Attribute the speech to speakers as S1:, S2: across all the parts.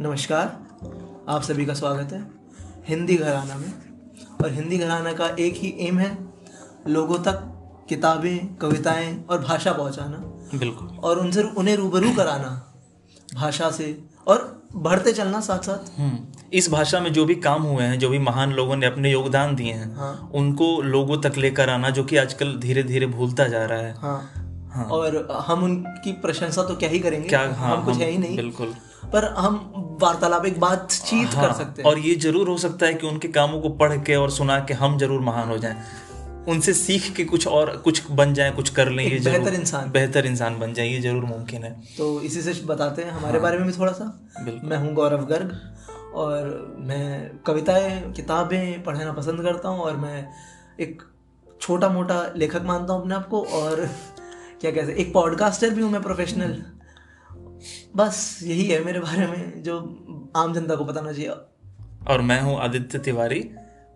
S1: नमस्कार आप सभी का स्वागत है हिंदी घराना में और हिंदी घराना का एक ही एम है लोगों तक किताबें कविताएं और भाषा पहुंचाना
S2: बिल्कुल
S1: और उनसे उन्हें रूबरू कराना भाषा से और बढ़ते चलना साथ साथ
S2: हम्म इस भाषा में जो भी काम हुए हैं जो भी महान लोगों ने अपने योगदान दिए हैं
S1: हाँ।
S2: उनको लोगों तक लेकर आना जो कि आजकल धीरे धीरे भूलता जा रहा है
S1: हाँ
S2: हाँ।
S1: और हम उनकी प्रशंसा तो क्या ही करेंगे
S2: क्या हाँ
S1: हम कुछ
S2: हम-
S1: है ही नहीं
S2: बिल्कुल
S1: पर हम वार्तालाप एक बातचीत तो कर
S2: हाँ,
S1: सकते हैं
S2: और ये जरूर हो सकता है कि उनके कामों को पढ़ के और सुना के हम जरूर महान हो जाएं उनसे सीख के कुछ और कुछ बन जाए कुछ कर लें
S1: एक
S2: ये जरूर
S1: बेहतर इंसान।
S2: बेहतर इंसान बन जाए ये जरूर मुमकिन है
S1: तो इसी से बताते हैं हमारे बारे में भी थोड़ा सा
S2: हाँ। बिल्कुल।
S1: मैं हूँ गौरव गर्ग और मैं कविताएं किताबें पढ़ना पसंद करता हूँ और मैं एक छोटा मोटा लेखक मानता हूँ अपने आप को और क्या कहते हैं एक पॉडकास्टर भी हूँ मैं प्रोफेशनल बस यही है मेरे बारे में जो आम जनता को बताना चाहिए
S2: और मैं हूँ आदित्य तिवारी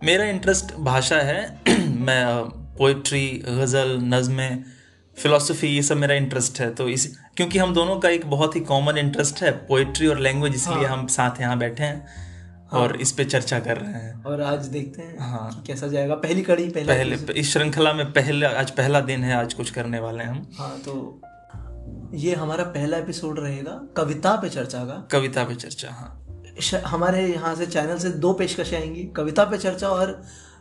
S2: मेरा इंटरेस्ट भाषा है मैं पोइट्री गज़ल नज़में फिलोसफी ये सब मेरा इंटरेस्ट है तो इस क्योंकि हम दोनों का एक बहुत ही कॉमन इंटरेस्ट है पोइट्री और लैंग्वेज इसलिए हम साथ यहाँ बैठे हैं और इस पे चर्चा कर रहे हैं
S1: और आज देखते हैं
S2: हाँ।
S1: कि कैसा जाएगा पहली कड़ी पहला
S2: पहले इस श्रृंखला में पहले आज पहला दिन है आज कुछ करने वाले हैं हम
S1: हाँ तो ये हमारा पहला एपिसोड रहेगा कविता पे चर्चा का
S2: कविता पे चर्चा हाँ
S1: श- हमारे यहाँ से चैनल से दो पेशकशें आएंगी कविता पे चर्चा और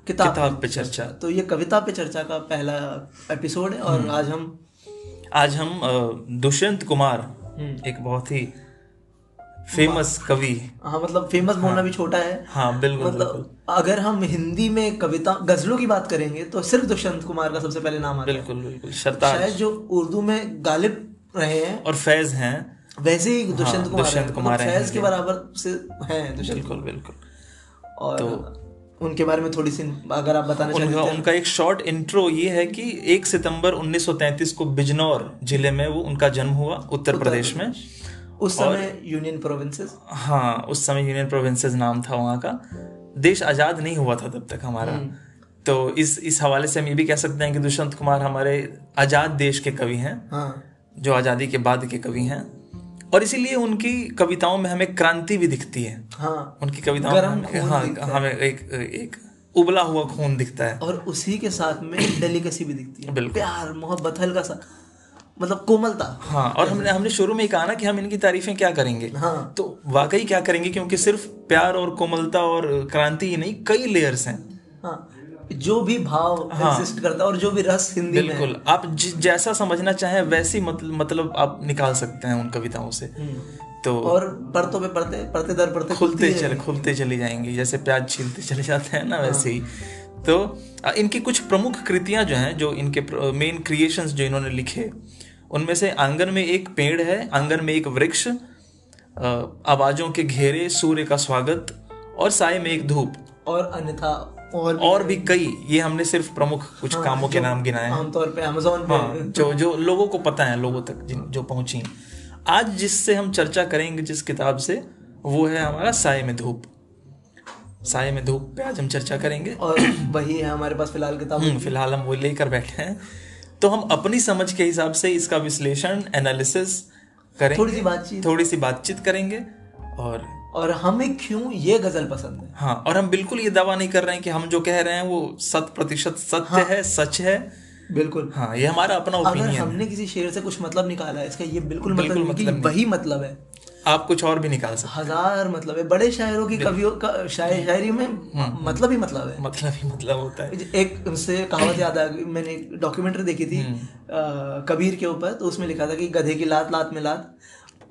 S1: किताब
S2: किताब पे चर्चा
S1: तो ये कविता पे चर्चा का पहला एपिसोड है
S2: हम्म।
S1: और आज हम
S2: आज हम अ, दुष्यंत कुमार
S1: हम्म।
S2: एक बहुत ही फेमस कवि
S1: हाँ मतलब फेमस बोलना भी छोटा है
S2: हाँ बिल्कुल बिल्कुल
S1: मतलब अगर हम हिंदी में कविता गजलों की बात करेंगे तो सिर्फ दुष्यंत कुमार का सबसे पहले नाम आता है
S2: बिल्कुल बिल्कुल शर्ताज
S1: शायद जो उर्दू में गालिब रहे हैं
S2: और फैज हैं
S1: वैसे ही दुष्यंत कुमार
S2: हाँ, दुष्यंत
S1: हैं।
S2: कुमार
S1: मतलब
S2: हैं
S1: फैज के बराबर से हैं दुष्यंत
S2: बिल्कुल बिल्कुल तो
S1: और उनके बारे में थोड़ी सी अगर आप बताना चाहें
S2: उनका उनका एक शॉर्ट इंट्रो ये है कि 1 सितंबर 1933 को बिजनौर जिले में वो उनका जन्म हुआ उत्तर प्रदेश में
S1: तो। उस समय यूनियन प्रोविंसेस
S2: हाँ उस समय यूनियन प्रोविंसेस नाम था वहाँ का देश आज़ाद नहीं हुआ था तब तक हमारा तो इस इस हवाले से हम ये भी कह सकते हैं कि दुष्यंत कुमार हमारे आज़ाद देश के कवि हैं
S1: हाँ
S2: जो आज़ादी के बाद के कवि हैं और इसीलिए उनकी कविताओं में हमें क्रांति भी दिखती है
S1: हाँ
S2: उनकी कविताओं
S1: गरम
S2: में
S1: खून
S2: हमें- हाँ हमें एक एक उबला हुआ खून दिखता है
S1: और उसी के साथ में डेलिकेसी भी दिखती है
S2: बिल्कुल।
S1: प्यार मोहब्बत हल्का सा मतलब कोमलता
S2: हाँ और हमने हमने शुरू में ही कहा ना कि हम इनकी तारीफें क्या करेंगे
S1: हाँ
S2: तो वाकई क्या करेंगे क्योंकि सिर्फ प्यार और कोमलता और क्रांति ही नहीं कई लेयर्स हैं
S1: हाँ जो भी भाव
S2: हाँ।
S1: एग्जिस्ट करता है और जो भी रस हिंदी में है।
S2: बिल्कुल आप जि- जैसा समझना चाहें वैसी मतल, मतलब आप निकाल सकते हैं उन कविताओं से
S1: हम्म।
S2: तो
S1: और परतों पे पढ़ते पढ़ते दर पढ़ते
S2: खुलते चले खुलते चले जाएंगे जैसे प्याज छीलते चले जाते हैं ना वैसे ही तो अ, इनकी कुछ प्रमुख कृतियां जो हैं जो इनके मेन क्रिएशंस जो इन्होंने लिखे उनमें से आंगन में एक पेड़ है आंगन में एक वृक्ष अ, आवाजों के घेरे सूर्य का स्वागत और साय में एक धूप
S1: और अन्यथा और भी
S2: और भी कई ये हमने सिर्फ प्रमुख कुछ कामों के नाम गिनाए हैं
S1: आमतौर पे अमेजोन पे
S2: हाँ, जो जो लोगों को पता है लोगों तक जिन जो पहुंची आज जिससे हम चर्चा करेंगे जिस किताब से वो है हमारा साय में धूप साय में धूप पे आज हम चर्चा करेंगे
S1: और वही है हमारे पास फिलहाल किताब
S2: हम्म, फिलहाल हम वो लेकर बैठे हैं तो हम अपनी समझ के हिसाब से इसका विश्लेषण एनालिसिस करेंगे
S1: थोड़ी सी बातचीत
S2: थोड़ी सी बातचीत करेंगे और
S1: और हमें क्यों ये गजल पसंद है
S2: हाँ और हम बिल्कुल ये दावा नहीं कर रहे हैं कि हम जो कह रहे हैं वो शत प्रतिशत सत्य है सच है
S1: बिल्कुल
S2: हाँ ये हमारा अपना
S1: अगर
S2: ओपिनियन
S1: हमने किसी शेर से कुछ मतलब निकाला है इसका ये बिल्कुल मतलब,
S2: बिल्कुल
S1: नहीं कि
S2: मतलब नहीं।
S1: वही मतलब है
S2: आप कुछ और भी निकाल सकते
S1: हजार मतलब है बड़े शायरों की कवियों का शायर शायरी में
S2: हाँ।
S1: मतलब ही मतलब है
S2: हैं। मतलब ही मतलब होता है
S1: एक उनसे कहावत याद आ गई मैंने एक डॉक्यूमेंट्री देखी थी
S2: हम्म।
S1: अ, कबीर के ऊपर तो उसमें लिखा था कि गधे की लात लात में लात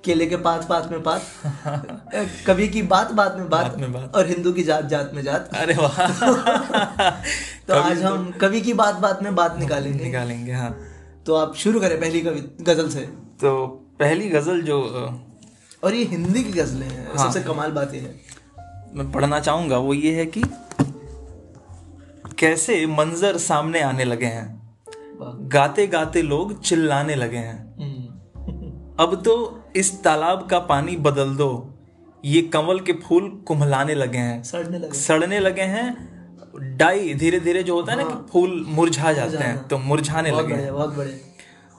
S1: केले के पात पात में पात अ, कवि की बात बात में बात,
S2: बात में बात।
S1: और हिंदू की जात जात में जात
S2: अरे वाह
S1: तो आज हम कवि की बात बात में बात निकालेंगे
S2: निकालेंगे हाँ
S1: तो आप शुरू करें पहली कवि गजल से
S2: तो पहली गजल जो अ,
S1: और ये हिंदी की गजलें हैं
S2: हाँ।
S1: सबसे कमाल बात ये है
S2: मैं पढ़ना चाहूंगा वो ये है कि कैसे मंजर सामने आने लगे हैं
S1: वाह।
S2: गाते गाते लोग चिल्लाने लगे हैं
S1: हम्म।
S2: अब तो इस तालाब का पानी बदल दो ये कंवल के फूल कुम्हलाने लगे हैं
S1: सड़ने लगे
S2: सड़ने लगे हाँ। हैं डाई धीरे धीरे जो होता है ना कि फूल मुरझा जाते हैं तो मुरझाने लगे हैं
S1: बड़े बहुत बड़े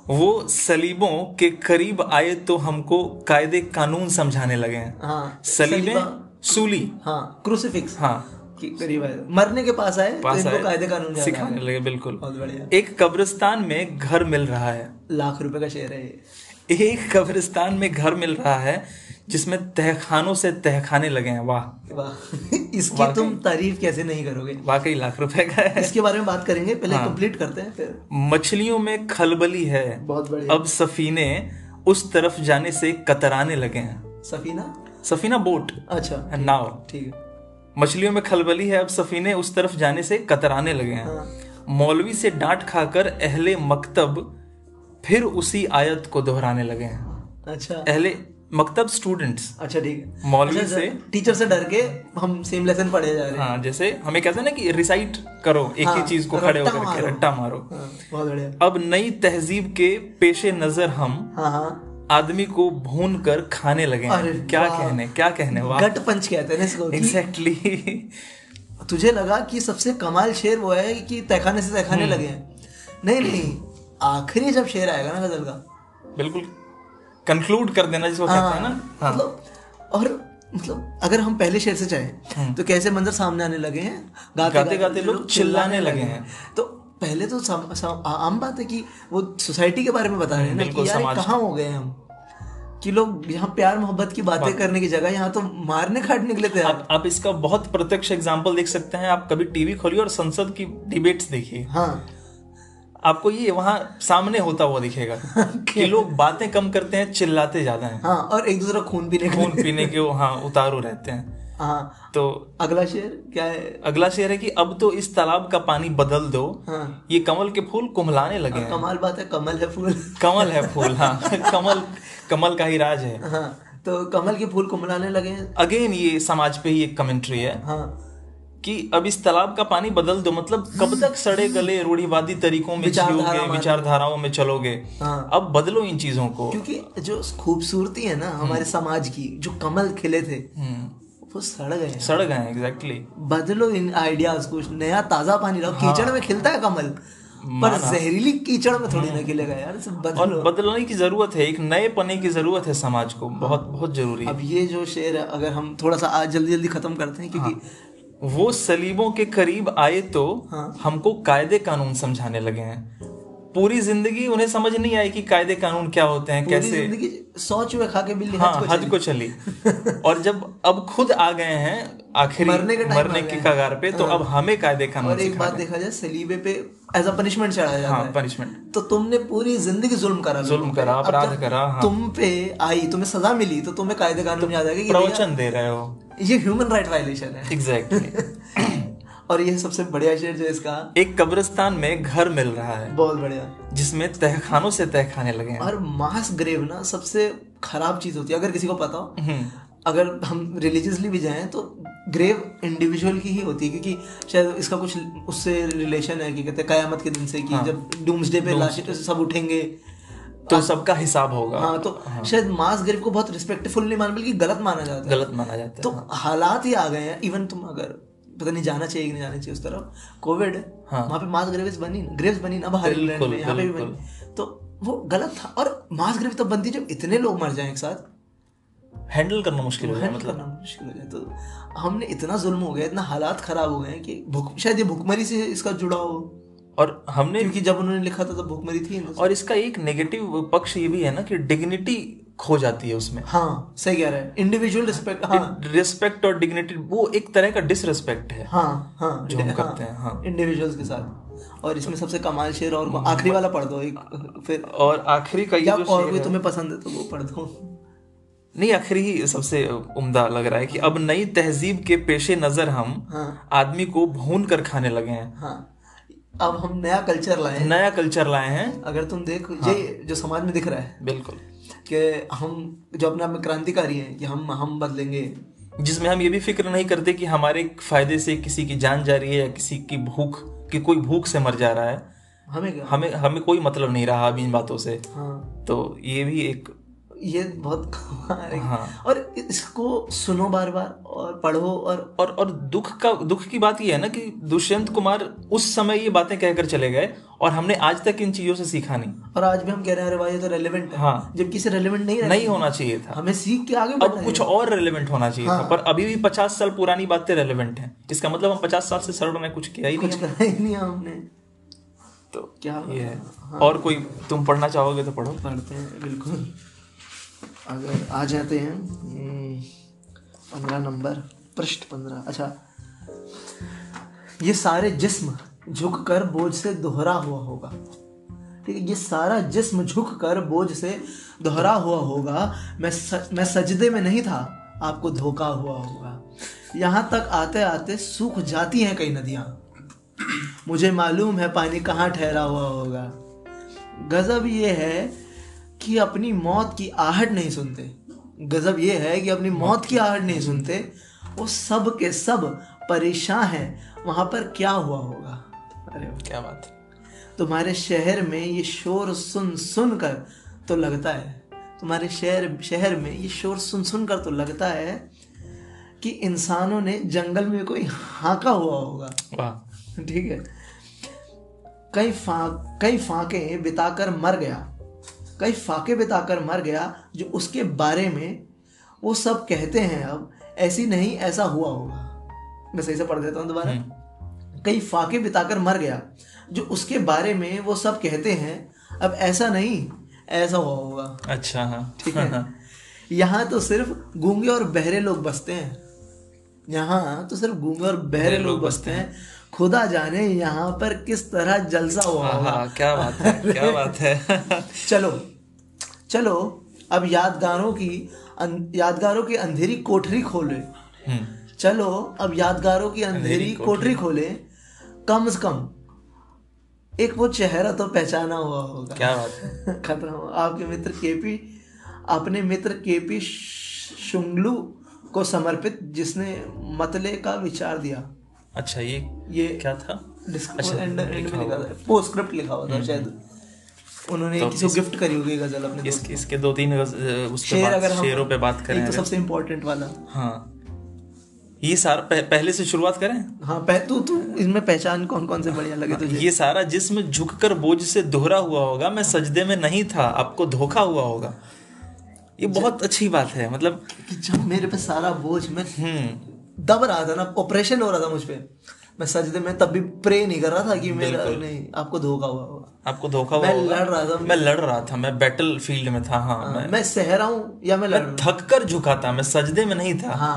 S2: वो सलीबों के करीब आए तो हमको कायदे कानून समझाने लगे हैं
S1: हाँ
S2: सलीबें सूली
S1: हाँ क्रूसिफिक्स
S2: हाँ
S1: कि करीब आए मरने के पास आए तो
S2: पास
S1: इनको
S2: आए,
S1: कायदे कानून याद आ
S2: सिखाने
S1: गए।
S2: लगे बिल्कुल
S1: बहुत बढ़िया
S2: एक कब्रिस्तान में घर मिल रहा है
S1: लाख रुपए का शेयर है ये
S2: एक कब्रिस्तान में घर मिल रहा है जिसमें तहखानों से तहखाने लगे हैं वाह
S1: वाह इसकी तुम तारीफ कैसे नहीं करोगे
S2: वाकई लाख रुपए का है
S1: इसके बारे में बात करेंगे पहले
S2: हाँ।
S1: कंप्लीट करते हैं फिर
S2: मछलियों में खलबली है
S1: बहुत बढ़िया
S2: अब सफीने उस तरफ जाने से कतराने लगे हैं
S1: सफीना
S2: सफीना बोट
S1: अच्छा
S2: नाव
S1: ठीक है
S2: मछलियों में खलबली है अब सफीने उस तरफ जाने से कतराने लगे हैं
S1: हाँ।
S2: मौलवी से डांट खाकर अहले मकतब फिर उसी आयत को दोहराने लगे हैं
S1: अच्छा
S2: अहले मकतब स्टूडेंट्स
S1: अच्छा ठीक है
S2: मौलवी
S1: अच्छा,
S2: से-
S1: टीचर से डर के हम सेम लेसन पढ़े जा रहे हैं
S2: हाँ जैसे हमें कहते हैं ना कि रिसाइट करो एक ही
S1: हाँ,
S2: चीज को खड़े
S1: रट्टा
S2: होकर के
S1: मारो।
S2: रट्टा मारो
S1: हाँ, बहुत बढ़िया
S2: अब नई तहजीब के पेशे नजर हम
S1: हाँ हाँ
S2: आदमी को भून कर खाने लगे हैं।
S1: अरे
S2: क्या
S1: वाह।
S2: कहने क्या कहने वाह
S1: गट पंच कहते हैं ना इसको कि
S2: एग्जैक्टली
S1: तुझे लगा कि सबसे कमाल शेर वो है कि तहखाने से तहखाने
S2: हम्म।
S1: लगे हैं नहीं नहीं आखिरी जब शेर आएगा ना गजल का
S2: बिल्कुल कंक्लूड कर देना जिसको कहते हैं ना हाँ
S1: मतलब और मतलब अगर हम पहले शेर से चाहें तो कैसे मंजर सामने आने लगे हैं
S2: हम्म। गाते- गाते लोग चिल्लाने लगे हैं।
S1: तो पहले तो सम, सम, आ- आम बात है कि वो सोसाइटी के बारे में बता रहे हैं ना
S2: बिल्कुल,
S1: कि यार ये
S2: समाज
S1: कहाँ हो गए हम कि लोग यहाँ प्यार मोहब्बत की बातें करने की जगह यहाँ तो मारने काटने के लिए तैयार
S2: आप आप इसका बहुत प्रत्यक्ष एग्जाम्पल देख सकते हैं आप कभी टीवी खोलिए और संसद की डिबेट्स देखिए
S1: हाँ
S2: आपको ये वहाँ सामने होता हुआ दिखेगा कि लोग बातें कम करते हैं चिल्लाते ज्यादा हैं
S1: हाँ और एक दूसरे का खून पीने के लिए-
S2: खून पीने के हाँ उतारू रहते हैं
S1: हाँ
S2: तो
S1: अगला शेर क्या है
S2: अगला शेर है कि अब तो इस तालाब का पानी बदल दो
S1: हाँ
S2: ये कमल के फूल कुम्हलाने लगे हैं
S1: कमाल बात है कमल है फूल
S2: कमल है फूल हाँ कमल कमल का ही राज है
S1: हाँ तो कमल के फूल कुमलाने लगे हैं
S2: अगेन ये समाज पे ही एक कमेंट्री है
S1: हाँ
S2: कि अब इस तालाब का पानी बदल दो मतलब कब तक सड़े गले रूढ़िवादी तरीकों में
S1: विचारधारा
S2: जियोगे
S1: मानो।
S2: विचारधाराओं में चलोगे
S1: हाँ।
S2: अब बदलो इन चीजों को
S1: क्योंकि जो खूबसूरती है ना हमारे समाज की जो कमल खिले थे
S2: हम्म,
S1: वो सड़ गए हैं
S2: सड़ गए एग्जैक्टली
S1: बदलो इन आइडियाज कुछ नया ताजा पानी लाओ
S2: हाँ।
S1: कीचड़ में खिलता है कमल पर जहरीली कीचड़ में थोड़ी ना खिलेगा यार इसे
S2: हम्म। और
S1: बदलो
S2: बदलने की जरूरत है एक नए पने की जरूरत है समाज को बहुत बहुत जरूरी है
S1: हाँ। अब ये जो शेर है अगर हम थोड़ा सा आज जल्दी जल्दी खत्म करते हैं क्योंकि
S2: हाँ। वो सलीबों के करीब आए तो
S1: हाँ।
S2: हमको कायदे कानून समझाने लगे हैं पूरी जिंदगी उन्हें समझ नहीं आई कि कायदे कानून क्या होते हैं
S1: पूरी
S2: कैसे
S1: जिंदगी सौ चूहे खा के बिल्ली
S2: हाँ
S1: हज को
S2: हद को चली और जब अब खुद आ गए हैं आखिरी
S1: मरने के time आ
S2: मरने
S1: गए
S2: की
S1: हैं।
S2: कगार पे तो अब हमें कायदे
S1: चली।
S2: कानून
S1: और एक बात देखा जाए सलीबे पे एज अ पनिशमेंट चढ़ाया जाता
S2: हाँ
S1: है
S2: पनिशमेंट
S1: तो तुमने पूरी जिंदगी जुल्म करा
S2: जुल्म
S1: लोगों पे।
S2: करा
S1: अब
S2: अपराध
S1: जब
S2: करा हाँ
S1: तुम पे आई तुम्हें सजा मिली तो तुम्हें कायदे कानून याद आएगा कि भैया,
S2: प्रवचन दे रहे हो
S1: ये ह्यूमन राइट वायलेशन है
S2: एग्जैक्टली
S1: और ये सबसे बढ़िया शेर जो इसका
S2: एक कब्रिस्तान में घर मिल रहा है
S1: बहुत बढ़िया
S2: जिसमें तहखानों से तहखाने लगे हैं
S1: और मास ग्रेव ना सबसे खराब चीज होती है अगर किसी को पता हो
S2: हम्म।
S1: अगर हम रिलीजियसली भी जाएं तो ग्रेव इंडिविजुअल की ही होती है क्योंकि शायद इसका कुछ उससे रिलेशन है कि कहते हैं कयामत के दिन से कि
S2: हाँ।
S1: जब डूम्सडे पे लाशें सब उठेंगे
S2: तो सबका हिसाब होगा
S1: हाँ तो शायद मास ग्रेव को बहुत रिस्पेक्टफुल नहीं माना बल्कि गलत माना जाता है
S2: गलत माना जाता है
S1: तो हालात ही आ गए हैं इवन तुम अगर पता नहीं जाना चाहिए कि नहीं जाना चाहिए उस तरफ कोविड
S2: हाँ।
S1: वहां पे मास ग्रेव्स बनी ग्रेव्स बनी ना बाहर
S2: बिल्कुल,
S1: इंग्लैंड में यहाँ पे भी
S2: बिल्कुल।
S1: बनी तो वो गलत था और मास ग्रेव तब बनती है जब इतने लोग मर जाएं एक साथ
S2: हैंडल करना मुश्किल हो गया
S1: हैंडल करना मुश्किल हो जाए तो हमने इतना जुल्म हो गया इतना हालात खराब हो गए हैं कि भूख शायद ये भूखमरी से इसका जुड़ा हो
S2: और हमने
S1: क्योंकि जब उन्होंने लिखा था तब भूखमरी थी ना।
S2: और इसका एक नेगेटिव पक्ष ये भी है ना कि डिग्निटी खो जाती है उसमें
S1: हाँ सही कह रहे हैं इंडिविजुअल रिस्पेक्ट हाँ
S2: रिस्पेक्ट और डिग्निटी वो एक तरह का डिसरिस्पेक्ट है
S1: हाँ हाँ
S2: जो हम करते हैं, हाँ।
S1: इंडिविजुअल्स के साथ और इसमें सबसे कमाल शेर और आखिरी वाला पढ़ दो एक फिर
S2: और आखिरी का ये
S1: या
S2: जो
S1: और
S2: शेर
S1: कोई
S2: है-
S1: तुम्हें पसंद है तो वो पढ़ दो
S2: नहीं आखिरी ही सबसे उम्दा लग रहा है कि अब नई तहजीब के पेशे नजर हम
S1: हाँ।
S2: आदमी को भून कर खाने लगे हैं
S1: हाँ अब हम नया कल्चर लाए हैं।
S2: नया कल्चर लाए हैं
S1: अगर तुम देखो ये
S2: हाँ।
S1: जो समाज में दिख रहा है
S2: बिल्कुल
S1: कि हम जो अपने आप में क्रांतिकारी हैं कि हम हम बदलेंगे
S2: जिसमें हम ये भी फिक्र नहीं करते कि हमारे फायदे से किसी की जान जा रही है या किसी की भूख कि कोई भूख से मर जा रहा है
S1: हमें क्या
S2: हमें हमें कोई मतलब नहीं रहा अब इन बातों से
S1: हाँ
S2: तो ये भी एक
S1: ये बहुत कमाल है।
S2: हाँ।
S1: और इसको सुनो बार बार और पढ़ो और
S2: और और दुख का दुख की बात यह है ना कि दुष्यंत कुमार उस समय ये बातें कहकर चले गए और हमने आज तक इन चीजों से सीखा नहीं
S1: और आज भी हम कह रहे हैं अरे भाई ये तो रेलिवेंट है
S2: हाँ।
S1: जबकि इसे रेलिवेंट नहीं रहना
S2: नहीं होना चाहिए था
S1: हमें सीख के आगे बढ़ना
S2: अब कुछ और रेलेवेंट होना चाहिए
S1: हाँ।
S2: था पर अभी भी पचास साल पुरानी बातें रेलेवेंट हैं इसका मतलब हम पचास साल से सर्व ने कुछ किया ही नहीं
S1: कुछ करना ही नहीं है हमने
S2: तो
S1: क्या हाँ।
S2: ये है और कोई तुम पढ़ना चाहोगे तो पढ़ो
S1: पढ़ते हैं बिल्कुल अगर आ जाते हैं हम्म, पंद्रह नंबर पृष्ठ पंद्रह अच्छा ये सारे जिस्म झुक कर बोझ से दोहरा हुआ होगा ठीक है ये सारा जिस्म झुक कर बोझ से दोहरा हुआ होगा मैं स, मैं सजदे में नहीं था आपको धोखा हुआ होगा यहाँ तक आते आते सूख जाती हैं कई नदियाँ मुझे मालूम है पानी कहाँ ठहरा हुआ होगा गजब ये है कि अपनी मौत की आहट नहीं सुनते गजब ये है कि अपनी मौत की आहट नहीं सुनते वो सब के सब परेशान हैं वहाँ पर क्या हुआ होगा अरे वाह।
S2: क्या बात है
S1: तुम्हारे शहर में ये शोर सुन सुन कर तो लगता है तुम्हारे शहर शहर में ये शोर सुन सुन कर तो लगता है कि इंसानों ने जंगल में कोई हाँका हुआ होगा
S2: वाह
S1: ठीक है कई फाक कई फाके बिताकर मर गया कई फाके बिताकर मर गया जो उसके बारे में वो सब कहते हैं अब ऐसी नहीं ऐसा हुआ होगा मैं सही से पढ़ देता हूँ दोबारा कई फाके बिताकर मर गया जो उसके बारे में वो सब कहते हैं अब ऐसा नहीं ऐसा हुआ होगा
S2: अच्छा हाँ
S1: ठीक है यहाँ तो सिर्फ गूंगे और बहरे लोग बसते हैं यहाँ तो सिर्फ गूंगे और बहरे लोग बसते हैं खुदा जाने यहाँ पर किस तरह जलसा हुआ
S2: हाँ
S1: होगा
S2: हाँ क्या बात है क्या बात है
S1: चलो चलो अब यादगारों की अन- यादगारों की अंधेरी कोठरी खोले
S2: हम्म,
S1: चलो अब यादगारों की अंधेरी कोठरी खोले कम से कम एक वो चेहरा तो पहचाना हुआ होगा
S2: क्या बात है
S1: खत्म आपके मित्र केपी अपने मित्र केपी शुंगलू को समर्पित जिसने मतले का विचार दिया
S2: अच्छा ये
S1: ये
S2: क्या था अच्छा,
S1: डिस्कवर एंड एंड में लिखा था पोस्टस्क्रिप्ट लिखा हुआ था
S2: हम्म,
S1: शायद उन्होंने
S2: तो
S1: किसी को गिफ्ट करी होगी गजल अपने दोस्त
S2: इसके इसके दो तीन गज- उस पे
S1: शेर
S2: बात-
S1: अगर हम-
S2: शेरों पे बात
S1: को।
S2: करें
S1: एक तो सबसे इम्पोर्टेंट वाला
S2: हाँ ये सारा पह- पहले से शुरुआत करें
S1: हाँ पह तू तू इसमें पहचान कौन कौन से बढ़िया लगे तुझे
S2: तो ये सारा जिस्म झुककर बोझ से दोहरा हुआ होगा मैं सजदे में नहीं था आपको धोखा हुआ होगा ये बहुत अच्छी बात है मतलब
S1: कि जब मेरे पे सारा बोझ मैं
S2: हम्म
S1: दब रहा था ना ऑपरेशन हो रहा था मुझ पे मैं सजदे में तब भी प्रे नहीं कर रहा था कि मेरा नहीं आपको धोखा हुआ होगा
S2: आपको धोखा हुआ
S1: मैं
S2: होगा
S1: लड़ रहा था
S2: मैं लड़ रहा था मैं बैटल फील्ड में था हाँ मैं
S1: मैं, सह रहा हूँ या मैं लड़ रहा हूँ
S2: थक कर झुका था मैं सजदे में नहीं था
S1: हाँ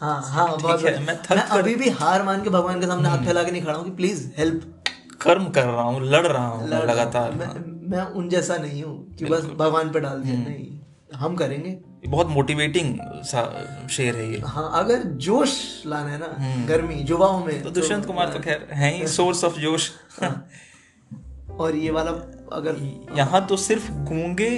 S1: हाँ हाँ बहुत
S2: है,
S1: बढ़िया।
S2: मैं
S1: मैं,
S2: थक
S1: अभी भी हार मान के भगवान के सामने हाथ फैला के नहीं खड़ा हूँ कि प्लीज हेल्प
S2: कर्म कर रहा हूँ लड़ रहा हूँ मैं लगातार
S1: मैं मैं उन जैसा नहीं हूँ कि बस भगवान पे डाल दिया नहीं हम करेंगे
S2: ये बहुत मोटिवेटिंग सा शेर है ये तो
S1: हाँ अगर जोश लाना है ना गर्मी युवाओं में
S2: तो दुष्यंत कुमार तो खैर है ही सोर्स ऑफ जोश
S1: और ये वाला अगर
S2: यहाँ तो सिर्फ गूंगे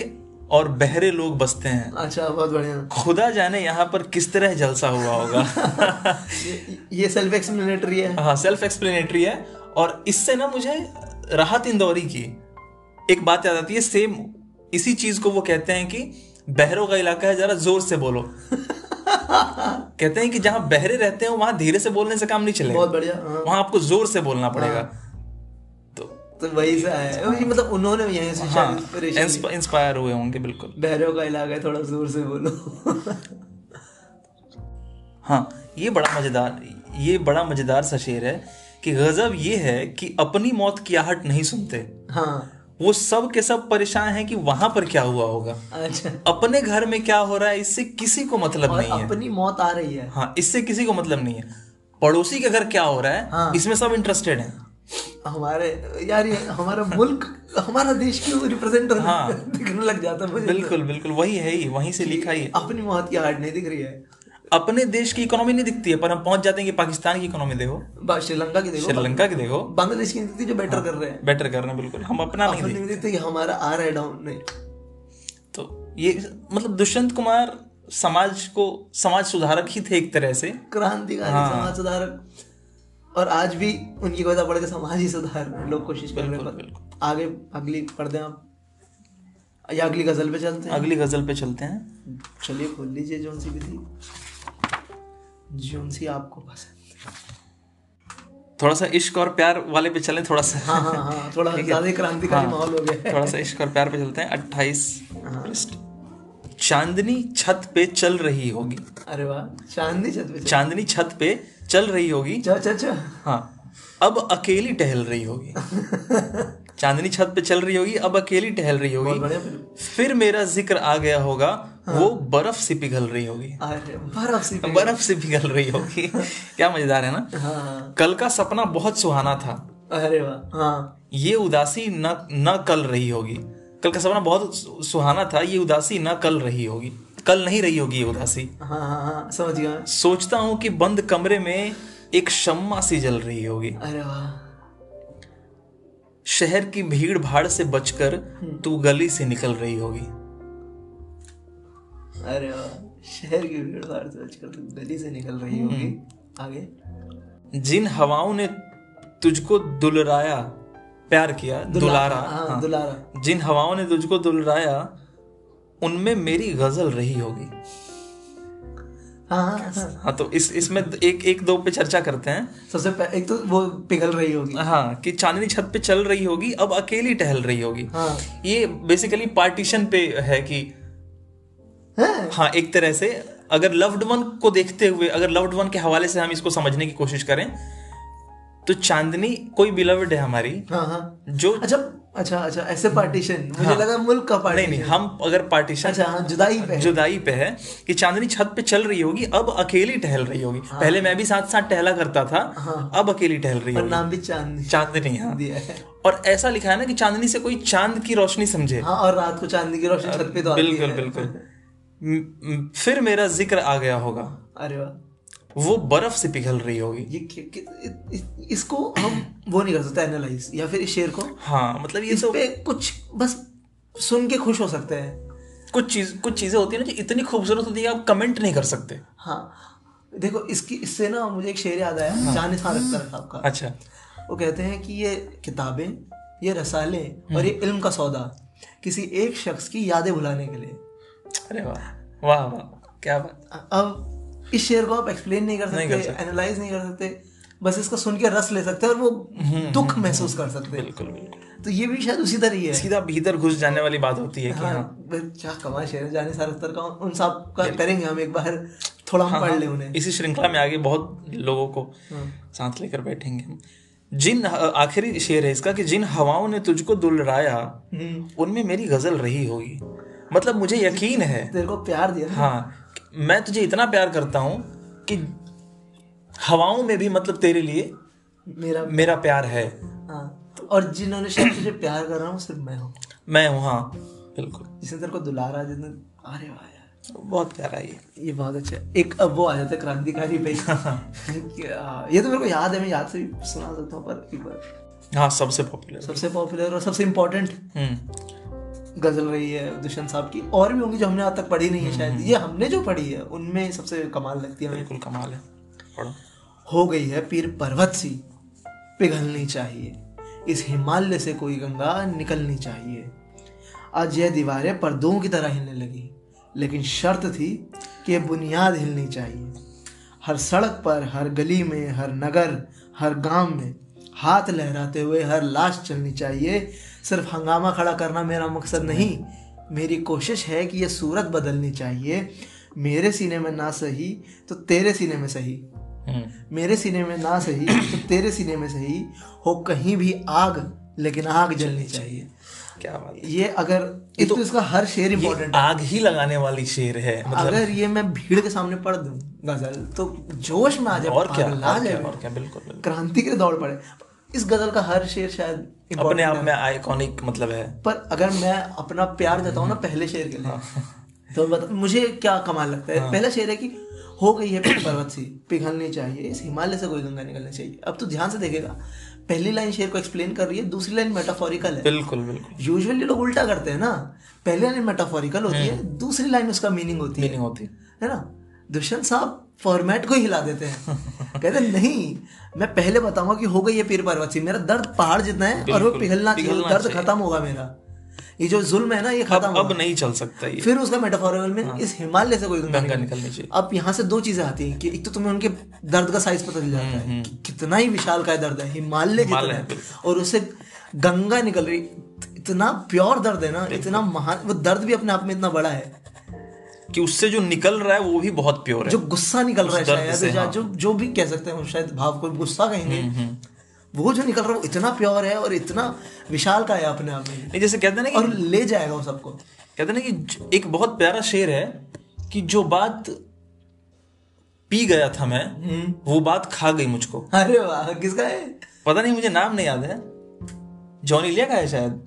S2: और बहरे लोग बसते हैं
S1: अच्छा बहुत बढ़िया
S2: खुदा जाने यहाँ पर किस तरह जलसा हुआ होगा
S1: ये- ये सेल्फ एक्सप्लेनेटरी है
S2: हाँ सेल्फ एक्सप्लेनेटरी है और इससे ना मुझे राहत इंदौरी की एक बात याद आती है सेम इसी चीज को वो कहते हैं कि बहरों का इलाका है जरा जोर से बोलो कहते हैं कि जहाँ बहरे रहते हैं वहां धीरे से बोलने से काम नहीं चलेगा
S1: बहुत बढ़िया हाँ
S2: वहां आपको जोर से बोलना पड़ेगा तो
S1: तो वही सा है
S2: अच्छा।
S1: ये मतलब उन्होंने यहीं
S2: हाँ।
S1: से शायद इंस्पिरेशन
S2: इंस्पायर हुए होंगे बिल्कुल
S1: बहरों का इलाका है थोड़ा जोर से बोलो
S2: हाँ ये बड़ा मजेदार ये बड़ा मजेदार सा शेर है कि गजब ये है कि अपनी मौत की आहट नहीं सुनते
S1: हाँ
S2: वो सब के सब परेशान हैं कि वहां पर क्या हुआ होगा
S1: अच्छा
S2: अपने घर में क्या हो रहा है इससे किसी को मतलब नहीं है
S1: अपनी मौत आ रही है
S2: हाँ इससे किसी को मतलब नहीं है पड़ोसी के घर क्या हो रहा है
S1: हाँ।
S2: इसमें सब इंटरेस्टेड हैं
S1: हमारे यार ये हमारा मुल्क हमारा देश क्यों रिप्रेजेंट होने
S2: हाँ।
S1: दिखने लग जाता है मुझे
S2: बिल्कुल बिल्कुल वही है ही वहीं से लिखा ही है
S1: अपनी मौत की हार्ट नहीं दिख रही है
S2: अपने देश की इकोनॉमी नहीं दिखती है पर हम पहुंच जाते हैं कि पाकिस्तान की इकोनॉमी देखो
S1: बा- श्रीलंका की देखो
S2: श्रीलंका की देखो
S1: बांग्लादेश की नहीं दिखती जो बेटर कर रहे हैं
S2: बेटर करना बिल्कुल हम अपना हाँ। नहीं
S1: अपन
S2: देखते
S1: नहीं दिखती कि तो हमारा आ रहा है डाउन नहीं
S2: तो ये मतलब दुष्यंत कुमार समाज को समाज सुधारक ही थे एक तरह से
S1: क्रांतिकारी समाज सुधारक और आज भी उनकी कविता पढ़ के समाज ही सुधार रहे हैं। लोग कोशिश कर रहे हैं पर आगे अगली पढ़ दें आप या अगली गजल पे चलते हैं
S2: अगली गजल पे चलते हैं
S1: चलिए खोल लीजिए जोन सी विधि जोन सी आपको पसंद
S2: थोड़ा सा इश्क और प्यार वाले पे चलें थोड़ा सा
S1: हाँ हाँ हाँ थोड़ा ज्यादा क्रांतिकारी माहौल हो गया है
S2: थोड़ा सा इश्क और प्यार पे चलते हैं
S1: हाँ।
S2: अट्ठाईस चांदनी छत पे चल रही होगी
S1: अरे वाह चांदनी छत पे
S2: चांदनी छत पे चल रही होगी
S1: चल चल चल
S2: हाँ अब अकेली टहल रही होगी चांदनी छत पे चल रही होगी अब अकेली टहल रही
S1: बहुत
S2: होगी
S1: बढ़िया फिल्म
S2: फिर मेरा जिक्र आ गया होगा वो बर्फ से पिघल रही होगी
S1: अरे बर्फ सी पे-
S2: बर्फ से पिघल रही होगी क्या मजेदार है ना
S1: हाँ हाँ
S2: कल का सपना बहुत सुहाना था
S1: अरे वाह हाँ
S2: ये उदासी न न कल रही होगी कल का सपना बहुत सु- सुहाना था ये उदासी न कल रही होगी कल नहीं रही होगी ये उदासी
S1: हाँ हाँ हाँ समझ गया
S2: सोचता हूँ कि बंद कमरे में एक शम्मा सी जल रही होगी
S1: अरे वाह
S2: शहर की भीड़ भाड़ से बचकर तू गली से निकल रही होगी
S1: अरे वाह शहर की भीड़ भाड़ से आजकल तो गली से निकल रही
S2: हम्म।
S1: होगी आगे
S2: जिन हवाओं ने तुझको दुलराया प्यार किया दुलारा
S1: हाँ दुलारा
S2: जिन हवाओं ने तुझको दुलराया उनमें मेरी गजल रही होगी
S1: हाँ हाँ हाँ
S2: हाँ तो इस इसमें एक एक दो पे चर्चा करते हैं
S1: सबसे पह- एक तो वो पिघल रही होगी
S2: हाँ कि चांदनी छत पे चल रही होगी अब अकेली टहल रही होगी
S1: हाँ
S2: ये बेसिकली पार्टीशन पे है कि
S1: हैं?
S2: हाँ एक तरह से अगर लव्ड वन को देखते हुए अगर लव्ड वन के हवाले से हम इसको समझने की कोशिश करें तो चांदनी कोई बिलव्ड है हमारी
S1: हाँ हाँ
S2: जो
S1: अच्छा अच्छा अच्छा ऐसे पार्टीशन मुझे लगा मुल्क का
S2: हाँ। नहीं
S1: पार्टीशन
S2: नहीं हम अगर पार्टीशन
S1: अच्छा हाँ जुदाई पे
S2: जुदाई पे है कि चांदनी छत पे चल रही होगी अब अकेली टहल रही होगी
S1: हाँ।
S2: पहले मैं भी साथ साथ टहला करता था अब अकेली टहल रही
S1: पर
S2: होगी
S1: नाम भी चांदनी
S2: चांदनी हाँ
S1: दिया है
S2: और ऐसा लिखा है ना कि चांदनी से कोई चांद की रोशनी समझे
S1: हाँ और रात को चांदनी की रोशनी छत पे तो आती
S2: बिल्कुल
S1: है
S2: बिल्कुल म- म- फिर मेरा जिक्र आ गया होगा
S1: अरे वाह
S2: वो बर्फ से पिघल रही होगी
S1: ये कि, कि, इ, इ, इसको हम वो नहीं कर सकते एनालाइज या फिर इस शेर को
S2: हाँ मतलब ये
S1: इस
S2: तो
S1: पे कुछ बस सुन के खुश हो सकते हैं
S2: कुछ चीज कुछ चीजें होती है ना जो इतनी खूबसूरत होती है कि आप कमेंट नहीं कर सकते
S1: हाँ देखो इसकी इससे ना मुझे एक शेर याद आया जाने खान अख्तर साहब का
S2: अच्छा
S1: वो कहते हैं कि ये किताबें ये रसाले और ये इल्म का सौदा किसी एक शख्स की यादें भुलाने के लिए
S2: अरे वाह वाह वाह क्या बात
S1: अब इस शेर को आप एक्सप्लेन नहीं कर
S2: नहीं कर
S1: सकते एनालाइज नहीं कर सकते बस इसको सुन के रस ले सकते हैं और वो दुख महसूस कर सकते हैं
S2: बिल्कुल बिल्कुल
S1: तो ये भी शायद उसी तरह ही है
S2: सीधा भीतर घुस जाने वाली बात होती है कि
S1: हाँ बस क्या कमाल शेर है जाने सारे स्तर का उन साहब का करेंगे हम एक बार थोड़ा हम पढ़ ले उन्हें
S2: इसी श्रृंखला में आगे बहुत लोगों को साथ लेकर बैठेंगे हम। जिन आखिरी शेर है इसका कि जिन हवाओं ने तुझको दुलराया
S1: हम्म,
S2: उनमें मेरी गजल रही होगी मतलब मुझे यकीन है
S1: तेरे को प्यार दिया ना?
S2: हाँ मैं तुझे इतना प्यार करता हूँ कि हवाओं में भी मतलब तेरे लिए
S1: मेरा
S2: मेरा प्यार है
S1: हाँ और जिन्होंने शायद तुझे प्यार कर रहा हूँ सिर्फ मैं हूँ
S2: मैं हूँ हाँ बिल्कुल
S1: जिसने तेरे को दुलारा जिसने अरे वाह यार
S2: बहुत प्यारा ये
S1: ये बहुत अच्छा है। एक अब वो आ जाता है क्रांतिकारी पे क्या- ये तो मेरे को याद है मैं याद से भी सुना सकता हूँ पर एक बार
S2: हाँ सबसे पॉपुलर
S1: सबसे पॉपुलर और सबसे इम्पोर्टेंट
S2: हम्म
S1: गजल रही है दुष्यंत साहब की और भी होंगी जो हमने आज तक पढ़ी नहीं है शायद ये हमने जो पढ़ी है उनमें सबसे कमाल लगती है हमें
S2: बिल्कुल कमाल है पढ़ो
S1: हो गई है पीर पर्वत सी पिघलनी चाहिए इस हिमालय से कोई गंगा निकलनी चाहिए आज यह दीवारें पर्दों की तरह हिलने लगी लेकिन शर्त थी कि ये बुनियाद हिलनी चाहिए हर सड़क पर हर गली में हर नगर हर गांव में हाथ लहराते हुए हर लाश चलनी चाहिए सिर्फ हंगामा खड़ा करना मेरा मकसद नहीं मेरी कोशिश है कि यह सूरत बदलनी चाहिए मेरे सीने में ना सही तो तेरे सीने में सही
S2: हम्म
S1: मेरे सीने में ना सही तो तेरे सीने में सही हो कहीं भी आग लेकिन आग जलनी चाहिए
S2: क्या बात है
S1: ये अगर ये तो इसका हर शेर
S2: ये
S1: इम्पोर्टेंट
S2: आग ही लगाने वाली शेर है मतलब
S1: अगर ये मैं भीड़ के सामने पढ़ दूं गजल तो जोश में आ जाए
S2: और क्या
S1: पागल आ
S2: और
S1: जाए
S2: क्या और क्या बिल्कुल बिल्कुल
S1: क्रांति के लिए दौड़ पड़े इस गजल का हर शेर शायद important
S2: अपने आप में आइकॉनिक मतलब है
S1: पर अगर मैं अपना प्यार देता हूँ ना पहले शेर के लिए तो बता मुझे क्या कमाल लगता है पहला शेर है कि हो गई है पर्वत सी पिघलनी चाहिए इस हिमालय से कोई गंगा निकलनी चाहिए अब तो ध्यान से देखेगा पहली लाइन शेर को एक्सप्लेन कर रही है दूसरी लाइन मेटाफोरिकल है
S2: बिल्कुल बिल्कुल
S1: यूजुअली लोग उल्टा करते हैं ना पहली लाइन मेटाफोरिकल होती है दूसरी लाइन उसका मीनिंग होती है
S2: मीनिंग होती है।
S1: है ना दुष्यंत साहब फॉर्मेट को ही हिला देते हैं कहते हैं, नहीं मैं पहले बताऊंगा कि हो गई ये पीर पर्वत सी मेरा दर्द पहाड़ जितना है और वो पिघलना चाहिए
S2: पिघलना
S1: दर्द खत्म होगा मेरा ये जो जुल्म है ना ये
S2: अब
S1: खत्म
S2: अब नहीं चल सकता ये
S1: फिर उसका मेटाफोरिकल में इस हिमालय से कोई गंगा
S2: गंगा निकलनी चाहिए
S1: अब यहाँ से दो चीजें आती हैं कि एक तो तुम्हें उनके दर्द का साइज पता चल जाता है कि कितना ही विशाल का दर्द है हिमालय जितना
S2: हम्म, हिमालय है,
S1: है और उससे गंगा निकल रही इत- इतना प्योर दर्द है ना इतना महान वो दर्द भी अपने आप में इतना बड़ा है
S2: कि उससे जो निकल रहा है वो भी बहुत प्योर है
S1: जो गुस्सा निकल रहा है
S2: दर्द
S1: शायद
S2: से,
S1: या
S2: हाँ। हम्म,
S1: जो जो भी कह सकते हैं हम शायद भाव को गुस्सा कहेंगे वो जो निकल रहा है वो इतना प्योर है और इतना विशाल का है अपने आप में
S2: नहीं जैसे कहते हैं ना कि
S1: और ले जाएगा वो सबको
S2: कहते हैं ना कि ज- एक बहुत प्यारा शेर है कि जो बात पी गया था मैं वो बात खा गई मुझको
S1: अरे वाह किसका है
S2: पता नहीं मुझे नाम नहीं याद है जॉनी लिया का है शायद